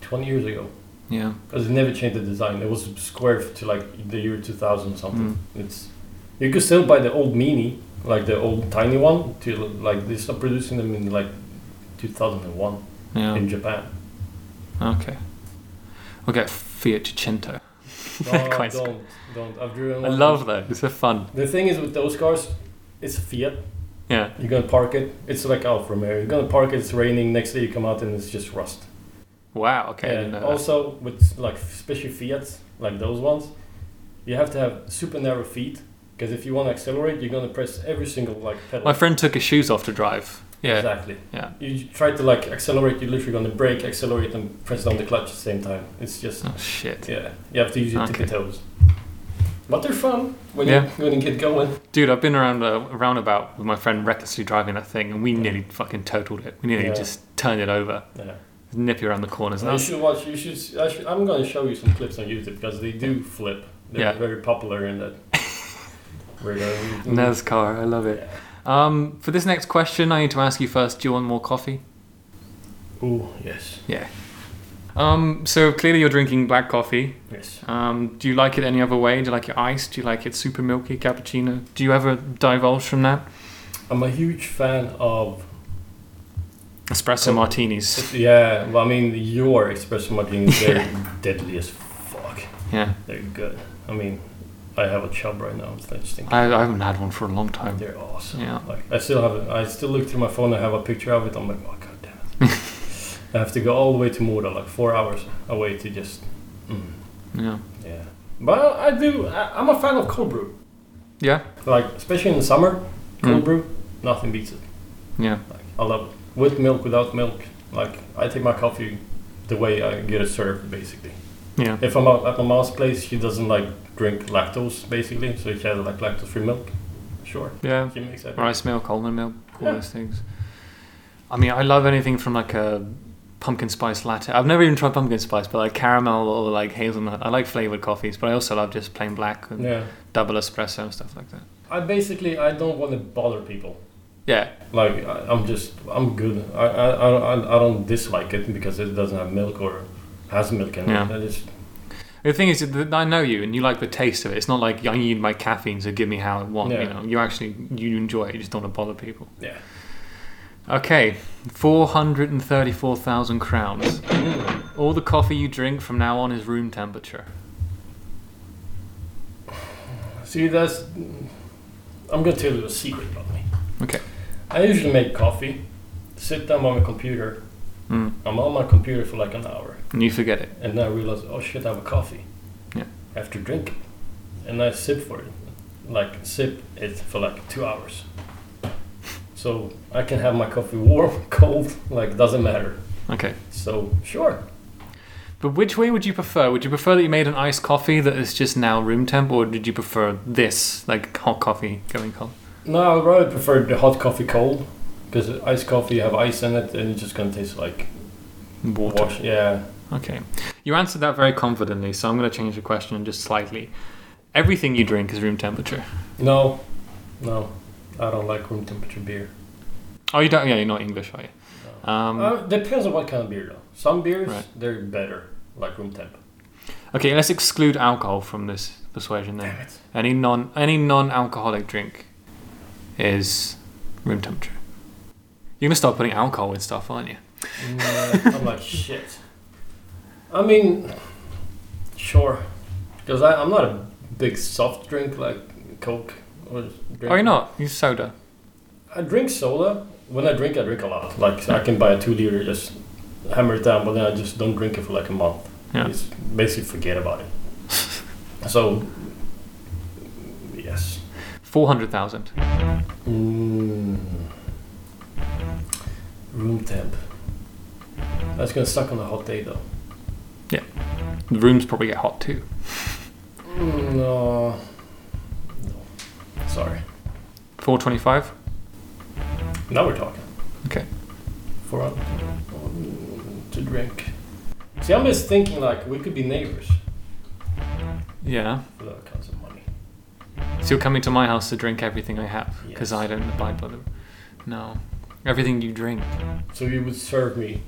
C: 20 years ago.
B: Yeah.
C: Because it never changed the design. It was square to like the year 2000 something.
B: Hmm.
C: It's you could still buy the old mini, like the old tiny one. To like they stopped producing them in like 2001
B: Yeah.
C: in Japan.
B: Okay. We'll get Fiat Cinto.
C: No,
B: Quite squ-
C: don't, don't. I've driven.
B: I
C: one.
B: love those. They're fun.
C: The thing is with those cars, it's a Fiat.
B: Yeah.
C: You're gonna park it. It's like Alfa Romeo. You're gonna park it. It's raining. Next day you come out and it's just rust.
B: Wow. Okay. I didn't
C: and
B: know that.
C: also with like especially Fiats, like those ones, you have to have super narrow feet Because if you want to accelerate, you're gonna press every single like pedal.
B: My friend took his shoes off to drive. Yeah.
C: Exactly.
B: Yeah.
C: You try to like accelerate, you're literally gonna brake, accelerate, and press down the clutch at the same time. It's just
B: Oh shit.
C: yeah. You have to use your
B: Okay.
C: tippy toes. But they're fun when
B: Yeah.
C: you when you get going.
B: Dude, I've been around a a roundabout with my friend recklessly driving that thing, and we nearly fucking totaled it. We nearly
C: Yeah.
B: just turned it over,
C: Yeah.
B: nippy around the corners. And
C: You
B: that's,
C: should watch. You should. s- I should I'm gonna show you some clips on YouTube because they do flip. They're
B: Yeah.
C: very popular in that. We're going.
B: NASCAR, I love it. Um, for this next question, I need to ask you first: Do you want more coffee?
C: Ooh yes
B: Yeah. Um, so clearly, you're drinking black coffee.
C: yes.
B: Um, do you like it any other way? Do you like it iced? Do you like it super milky, cappuccino? Do you ever divulge from that?
C: I'm a huge fan of
B: Espresso
C: Co-
B: martinis.
C: yeah. Well, I mean your espresso martinis they're deadly as fuck.
B: Yeah,
C: They're good. I mean, I have a chub right now. It's interesting.
B: I, I haven't had one for a long time.
C: They're awesome.
B: Yeah.
C: Like I still have. it- I still look through my phone. I have a picture of it. I'm like, oh god damn it. I have to go all the way to Mora, like four hours away to just. Mm,
B: Yeah.
C: yeah. But I do. I, I'm a fan of cold brew.
B: Yeah.
C: Like especially in the summer, cold
B: Mm.
C: brew, nothing beats it.
B: Yeah.
C: Like I love it. With milk, without milk. Like I take my coffee the way I get it served, basically.
B: Yeah.
C: If I'm out at my mom's place, she doesn't like drink lactose, basically, so she has like lactose-free milk. Sure,
B: Yeah.
C: she makes that.
B: rice milk, almond milk, all
C: Yeah.
B: those things. I mean, I love anything from like a pumpkin spice latte. I've never even tried pumpkin spice, but like caramel or like hazelnut. I like flavored coffees, but I also love just plain black and
C: Yeah.
B: double espresso and stuff like that.
C: I basically I don't want to bother people.
B: Yeah,
C: Like I, I'm just I'm good. I, I I don't- I don't dislike it because it doesn't have milk or has milk in
B: Yeah.
C: it. That is
B: the thing is that I know you and you like the taste of it. It's not like I need my caffeine, so give me how I want. You
C: Yeah.
B: know, you actually you enjoy it. You just don't want to bother people.
C: yeah.
B: Okay, four hundred and thirty-four thousand crowns.
C: Mm.
B: All the coffee you drink from now on is room temperature.
C: See, that's I'm gonna tell you a secret about me.
B: Okay.
C: I usually make coffee, sit down on my computer.
B: Mm.
C: I'm on my computer for like an hour.
B: And you forget it.
C: And then I realized, oh shit, I have a coffee.
B: Yeah.
C: I have to drink it. And I sip for it. Like, sip it for like two hours. So I can have my coffee warm, cold, like, doesn't matter.
B: Okay.
C: So, sure.
B: But which way would you prefer? Would you prefer that you made an iced coffee that is just now room temp, or did you prefer this, like hot coffee going cold?
C: No, I would rather prefer the hot coffee cold. Because iced coffee, you have ice in it, and it's just gonna taste like
B: Water.
C: wash. Yeah.
B: Okay. You answered that very confidently, so I'm going to change the question just slightly. Everything you drink is room temperature.
C: No, no. I don't like room temperature beer.
B: Oh, you don't? Yeah, you're not English, are you?
C: No.
B: Um,
C: Uh, depends on what kind of beer, though. Some beers,
B: Right.
C: they're better, like room temp.
B: okay, let's exclude alcohol from this persuasion then.
C: Damn it.
B: Any non any non alcoholic drink is room temperature. You're going to start putting alcohol in stuff, aren't you?
C: Yeah, Mm, I'm like, shit. I mean, sure. Because I'm not a big soft drink like Coke. Or drink.
B: Are you Oh, not? You soda.
C: I drink soda. When I drink, I drink a lot. Like, I can buy a two liter, just hammer it down, but then I just don't drink it for like a month.
B: Yeah.
C: Just basically forget about it. so, yes.
B: 400,000.
C: Mm. Room temp. That's gonna suck on a hot day though.
B: The rooms probably get hot too.
C: Mm, No. no. Sorry.
B: 425?
C: Now we're talking.
B: Okay.
C: For um, to drink. See, I'm just thinking like we could be neighbors
B: Yeah.
C: for that kinds of money.
B: So you're coming to my house to drink everything I have because
C: Yes.
B: I don't abide by them. No. Everything you drink.
C: So you would serve me.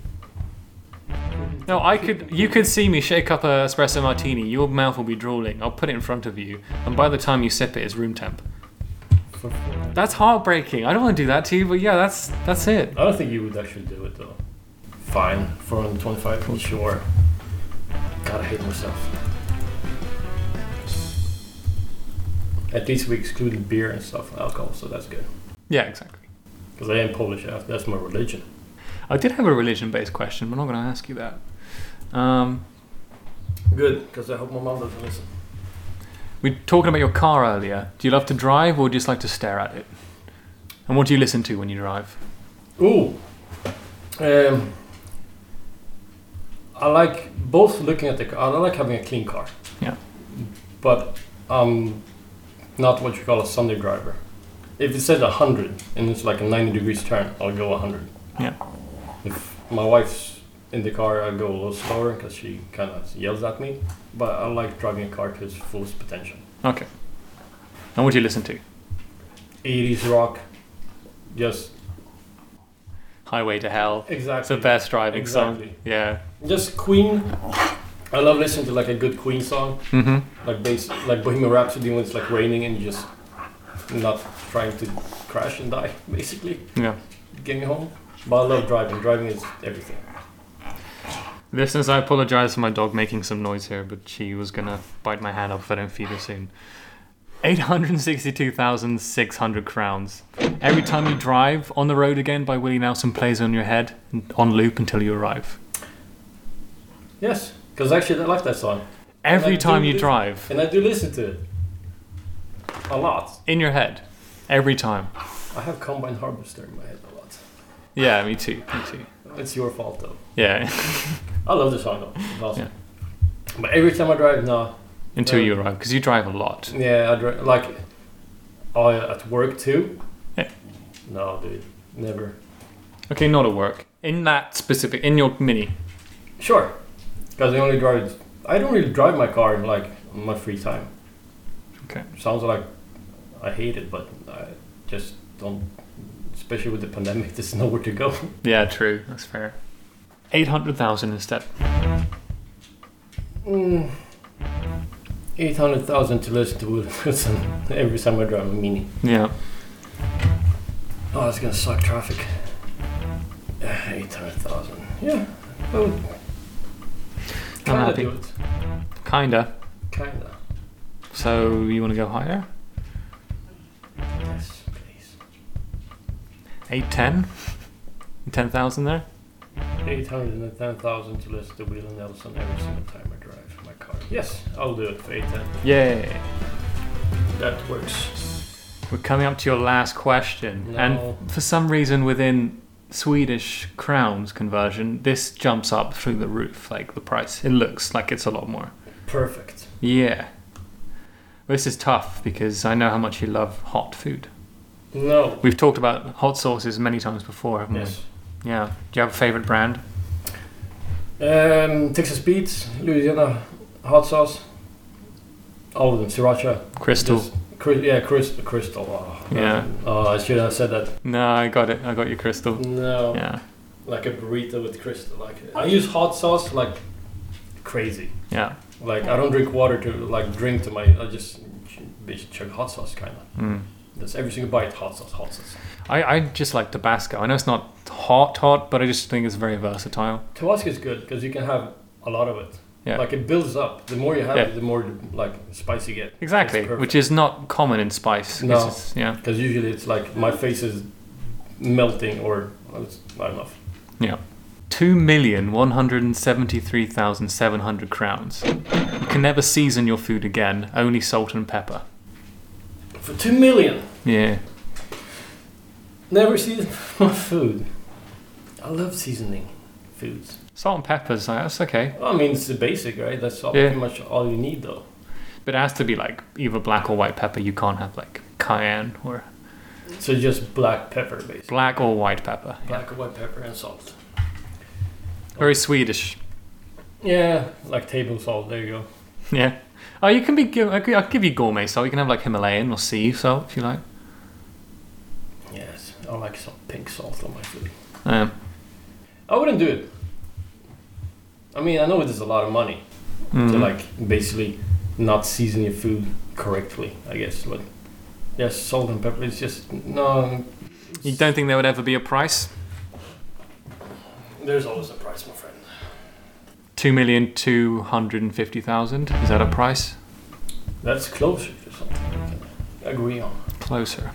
B: No, I could. You could see me shake up a espresso martini. Your mouth will be drooling. I'll put it in front of you, and by the time you sip it, it's room temp.
C: For, I
B: That's heartbreaking. I don't want to do that to you, but yeah, that's that's it.
C: don't think you would actually do it though. Fine, 425. Sure. God, I hate myself. At least we excluded beer and stuff, and alcohol, so that's good.
B: Yeah, exactly.
C: Because I am Polish, that's that's my religion.
B: I did have a religion-based question, but I'm not going to ask you that. Um,
C: Good, because I hope my mom doesn't listen.
B: We were talking about your car earlier. Do you love to drive or just like to stare at it? And what do you listen to when you drive?
C: Ooh. Um, I like both looking at the car. I like having a clean car.
B: Yeah.
C: But I'm not what you call a Sunday driver. If it says 100 and it's like a 90 degrees turn, I'll go 100.
B: Yeah.
C: If my wife's in the car, I go a little slower because she kind of yells at me. But I like driving a car to its fullest potential.
B: Okay. And what do you listen to?
C: 80s rock, just
B: Highway to Hell. It's
C: exactly.
B: the best driving song.
C: Exactly.
B: Yeah.
C: Just Queen. I love listening to like a good Queen song,
B: Mm-hmm.
C: like bass, like Bohemian Rhapsody when it's like raining and you just not trying to crash and die, basically.
B: Yeah.
C: Getting home. But I love driving. Driving is everything.
B: Listeners, I apologize for my dog making some noise here, but she was gonna bite my hand off if I don't feed her soon. 862,600 crowns. Every time you drive on the road again by Willie Nelson plays on your head on loop until you arrive.
C: Yes, because actually I like that song,
B: Every
C: Like,
B: time
C: do
B: you
C: this-
B: drive,
C: and I do listen to it a lot.
B: in your head. Every time.
C: I have Combine Harvester in my head a lot.
B: Yeah, me too. Me too.
C: It's your fault though.
B: Yeah,
C: I love the song though. It's awesome. But every time I drive now,
B: until
C: Yeah.
B: you arrive, because you drive a lot.
C: Yeah, I dr- like I at work too.
B: Yeah.
C: No, dude, never.
B: Okay, not at work. In that specific, in your mini.
C: Sure, because I only drive. I don't really drive my car like on my free time.
B: Okay.
C: Sounds like I hate it, but I just don't. Especially with the pandemic, there's nowhere to go.
B: Yeah, true. That's fair. 800,000 instead.
C: Mm. Eight hundred thousand to listen to Willie Nelson every time I drive a Mini.
B: Yeah.
C: Oh, that's gonna suck traffic. Eight hundred thousand. Yeah. Well,
B: I'm
C: kinda
B: happy.
C: do it.
B: Kinda.
C: Kinda.
B: So you want to go higher?
C: Yes, please.
B: 810? 10,000 there?
C: 810,000 to listen to Willie Nelson every single time I drive my car. Yes, I'll do it for 810.
B: Yay.
C: That works.
B: We're coming up to your last question.
C: No.
B: And for some reason within Swedish crowns conversion, this jumps up through the roof, like the price. It looks like it's a lot more.
C: Perfect.
B: Yeah. This is tough because I know how much you love hot food.
C: No.
B: We've talked about hot sauces many times before, haven't
C: Yes.
B: we? Yeah. Do you have a favorite brand?
C: Um, Texas Beats, Louisiana hot sauce, all of them, sriracha.
B: Crystal.
C: Just cri- yeah, crisp, crystal. Oh,
B: Yeah.
C: Oh, I should have said that.
B: No, I got it. I got your crystal.
C: No.
B: Yeah.
C: Like a burrito with crystal. Like I use hot sauce like crazy.
B: Yeah.
C: Like I don't drink water to like drink to my. I just ch- basically chug hot sauce kind of.
B: Mm.
C: That's every single bite hot sauce, hot sauce.
B: I, I just like Tabasco. I know it's not hot, hot, but I just think it's very versatile.
C: Tabasco is good because you can have a lot of it.
B: Yeah.
C: Like it builds up. The more you have
B: Yeah.
C: it, the more like spicy you get.
B: Exactly, which is not common in spice.
C: No.
B: It's just- yeah,
C: because usually it's like my face is melting or well, it's not enough.
B: yeah. Two million one hundred and seventy-three thousand seven hundred crowns. You can never season your food again. Only salt and pepper.
C: For two million,
B: Yeah.
C: never season my food. I love seasoning foods.
B: Salt and pepper's like, that's okay,
C: I mean, it's the basic, right? That's all,
B: Yeah.
C: pretty much all you need, though.
B: but it has to be like either black or white pepper. You can't have like cayenne or
C: So just black pepper, basically.
B: black or white pepper.
C: Black and white pepper and salt.
B: Very Swedish.
C: Yeah, like table salt. There you go.
B: Yeah. Oh, you can be. gi- I could- I'll give you gourmet salt. You can have like Himalayan or sea salt if you like.
C: Yes, I like some pink salt on my food.
B: Um,
C: I wouldn't do it. I mean, I know it is a lot of money
B: Mm.
C: to
B: Mm-hmm.
C: like basically not season your food correctly. I guess, but yes, salt and pepper. It's just no.
B: you don't think there would ever be a price?
C: There's always a price, my friend.
B: Two million two hundred and fifty thousand. Is that a price?
C: That's closer to something we can agree on.
B: Closer.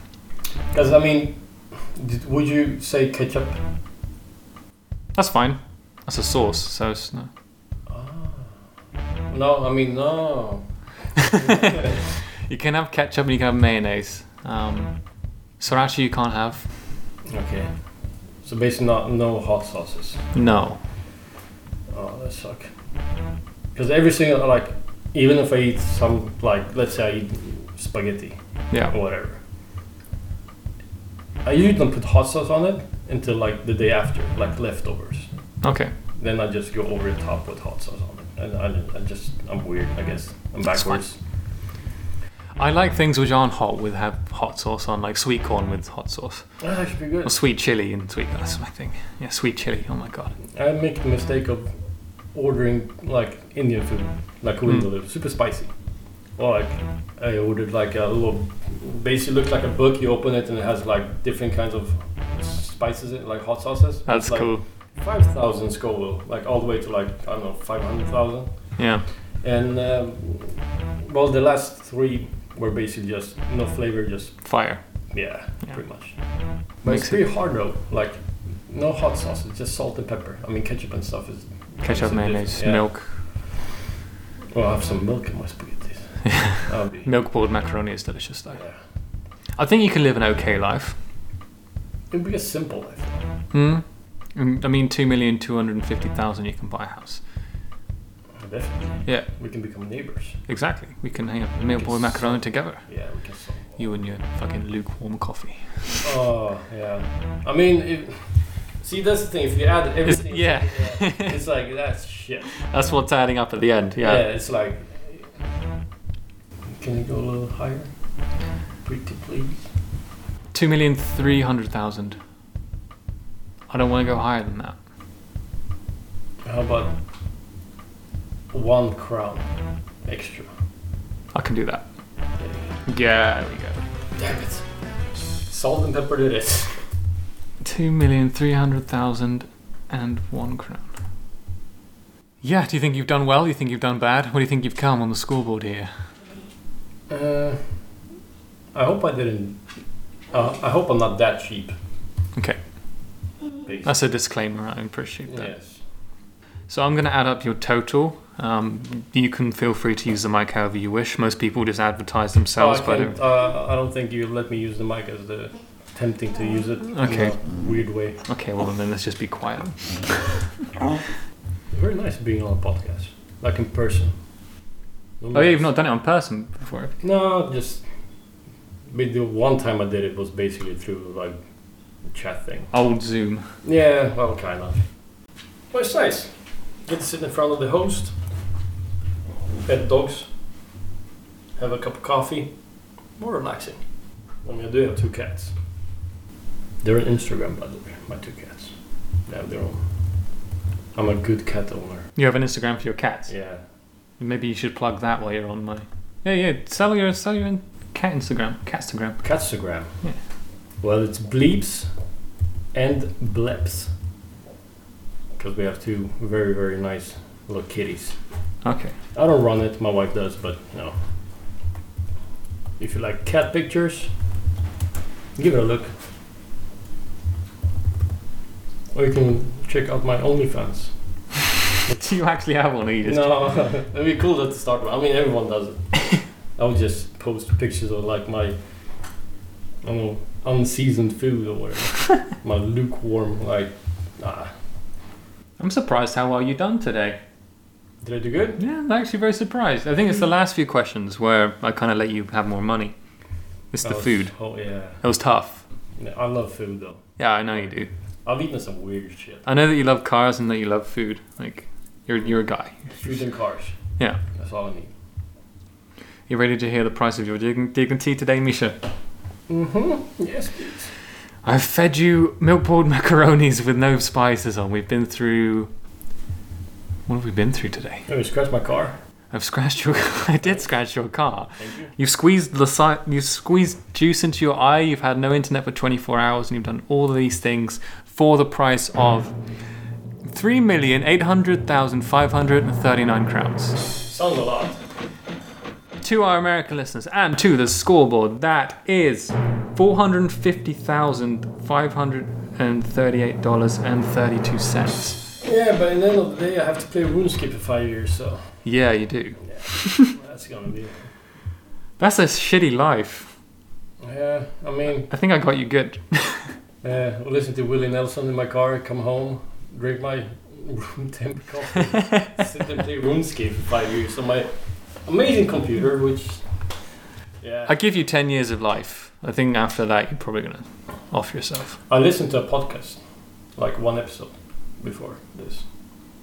C: Because I mean, did, would you say ketchup?
B: That's fine.
C: Ah.
B: That's a sauce, so it's no.
C: No, I mean no.
B: you can have ketchup and you can have mayonnaise. Um, sriracha you can't have.
C: Okay. So basically, not no hot sauces.
B: No.
C: Oh, that suck. Because every single like, even if I eat some like, let's say I eat spaghetti
B: Yeah.
C: or whatever, I usually don't put hot sauce on it until like the day after, like leftovers.
B: Okay.
C: Then I just go over the top with hot sauce on it, and I, I just I'm weird, I guess. I'm
B: That's fine.
C: backwards.
B: I like things which aren't hot with have hot sauce on, like sweet corn with hot sauce,
C: That's actually pretty
B: or
C: good.
B: sweet chili and sweet. That's my thing. Yeah, sweet chili. Oh my god.
C: I make the mistake of ordering like Indian food, like we
B: Mm.
C: deliver, super spicy. Or like I ordered like a little, basically looks like a book. You open it and it has like different kinds of spices, in it, like hot sauces.
B: That's
C: It's, like,
B: cool.
C: Five thousand Scoville, like all the way to like I don't know five hundred thousand.
B: Yeah.
C: And um, well, the last three were basically just no flavor, just
B: Fire.
C: yeah,
B: Yeah.
C: pretty much. But
B: Makes
C: it's pretty hard though, like no hot sauce, it's just salt and pepper. I mean ketchup and stuff is
B: Ketchup,
C: it's
B: mayonnaise,
C: yeah.
B: milk,
C: Well, I have some milk in my spaghetti. that would be
B: milk boiled macaroni is delicious though.
C: yeah.
B: I think you can live an okay life.
C: It'd be a simple life.
B: Hmm. Mm, I mean, two million two hundred and fifty thousand. You can buy a house.
C: Definitely.
B: Yeah.
C: We can become neighbors.
B: Exactly. We can hang a meal
C: can
B: boy
C: s-
B: macaroni together.
C: Yeah, we can solve.
B: You and your fucking lukewarm coffee.
C: Oh yeah. I mean if see that's the thing, if you add
B: It's-
C: everything
B: yeah.
C: it's like that's shit.
B: That's what's adding up at the end.
C: Yeah.
B: Yeah.
C: it's like. Can you go a little higher? Pretty please.
B: Two million three hundred thousand. I don't want to go higher than that.
C: How about one crown extra?
B: I can do that. Yeah. There we go.
C: Damn it! Salt and pepper did it.
B: Two million three hundred thousand and one crown. Yeah. Do you think you've done well? Do you think you've done bad? What do you think you've come on the scoreboard here?
C: Uh, I hope I didn't. Uh, I hope I'm not that cheap.
B: Okay.
C: basically.
B: That's a disclaimer. I appreciate that.
C: yes.
B: So I'm going to add up your total. Um, you can feel free to use the mic however you wish. Most people just advertise
C: Oh, I,
B: themselves, but
C: can't- uh, I don't think you let me use the mic as the tempting to use it. in
B: Okay.
C: a weird way.
B: okay, well then let's just be quiet.
C: Very nice being on a podcast, like in person.
B: Oh yeah, you've not done it in person before. have you?
C: No, just but the one time I did it was basically through like chat thing.
B: Old Zoom.
C: Yeah, well, kind of. Well, it's nice. Get to sit in front of the host, pet the dogs, have a cup of coffee, more relaxing. I mean, I do have two cats. They're on Instagram, by the way. My two cats. They have their own. I'm a good cat owner.
B: You have an Instagram for your cats.
C: Yeah.
B: Maybe you should plug that while you're on my. Yeah, yeah. Sell your sell your in- cat Instagram, Catstagram.
C: Catstagram.
B: Yeah.
C: Well, it's bleeps and bleps. Because we have two very, very nice little kitties.
B: Okay.
C: I don't run it, my wife does, but you know. If you like cat pictures, give it a look. Or you can check out my OnlyFans.
B: Do you actually have one? Or you just
C: No, it'd be cool to start with. I mean, everyone does it. I would just post pictures of like my, I don't know, unseasoned food or whatever. my lukewarm, like, ah,
B: I'm surprised how well you done today.
C: did I do good?
B: Yeah, I'm actually very surprised. I think it's the last few questions where I kind of let you have more money. It's
C: That
B: the
C: was-
B: food.
C: Oh yeah,
B: That was tough.
C: Yeah, I love food though.
B: Yeah, I know you do.
C: I've eaten some weird shit.
B: I know that you love cars and that you love food. Like, you're you're a guy.
C: Food and cars.
B: Yeah.
C: That's all I need.
B: You ready to hear the price of your dig- dignity today, Misha?
C: Mm-hmm. Yes, please.
B: I've fed you milk poured macaronis with no spices on. We've been through. What have we been through today?
C: Oh, you scratched my car.
B: I've scratched your. I did scratch your car.
C: Thank you.
B: You've squeezed lasi- You've squeezed juice into your eye. You've had no internet for 24 hours, and you've done all of these things for the price of three million eight hundred thousand five hundred and thirty-nine crowns.
C: Sounds a lot.
B: to our American listeners and to the scoreboard, that is four hundred fifty thousand five hundred and thirty-eight dollars and thirty-two cents.
C: Yeah, but in the end of the day, I have to play RuneScape for five years, so
B: Yeah, you do.
C: that's gonna be.
B: That's a shitty life.
C: Yeah, I mean,
B: I think I got you good.
C: uh, listen to Willie Nelson in my car, come home, drink my room temp coffee, sit and play RuneScape for five years on my amazing computer, which. Yeah.
B: I give you 10 years of life. I think after that, you're probably going to off yourself.
C: I listened to a podcast, like one episode before this,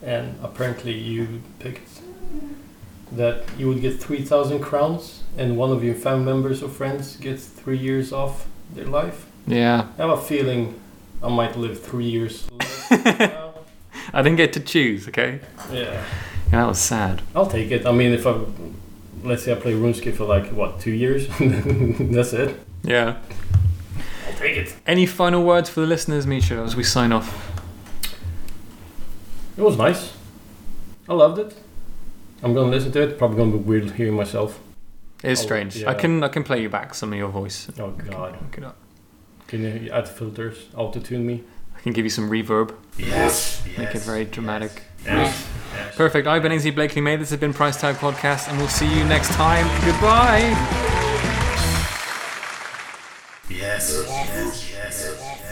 C: and apparently you picked that you would get 3,000 crowns, and one of your family members or friends gets three years off their life.
B: Yeah.
C: I have a feeling I might live three years less now.
B: I didn't get to choose, okay?
C: Yeah,
B: Yeah, that was sad.
C: I'll take it. I mean, if I let's say I play RuneScape for like what two years, that's it.
B: Yeah.
C: I'll take it.
B: Any final words for the listeners, Misha, as we sign off?
C: It was nice. I loved it. I'm gonna listen to it. Probably gonna be weird hearing myself.
B: It's
C: Oh,
B: strange.
C: yeah.
B: I can I can play you back some of your voice.
C: Oh
B: I can
C: god.
B: look it up.
C: Can you add filters, auto tune me?
B: I can give you some reverb,
C: Yes.
B: make it very dramatic.
C: Yes.
B: Perfect. I've been Ainsley Blakely May. This has been Price Tag Podcast, and we'll see you next time. Goodbye.
E: Yes. Yes. Yes. yes.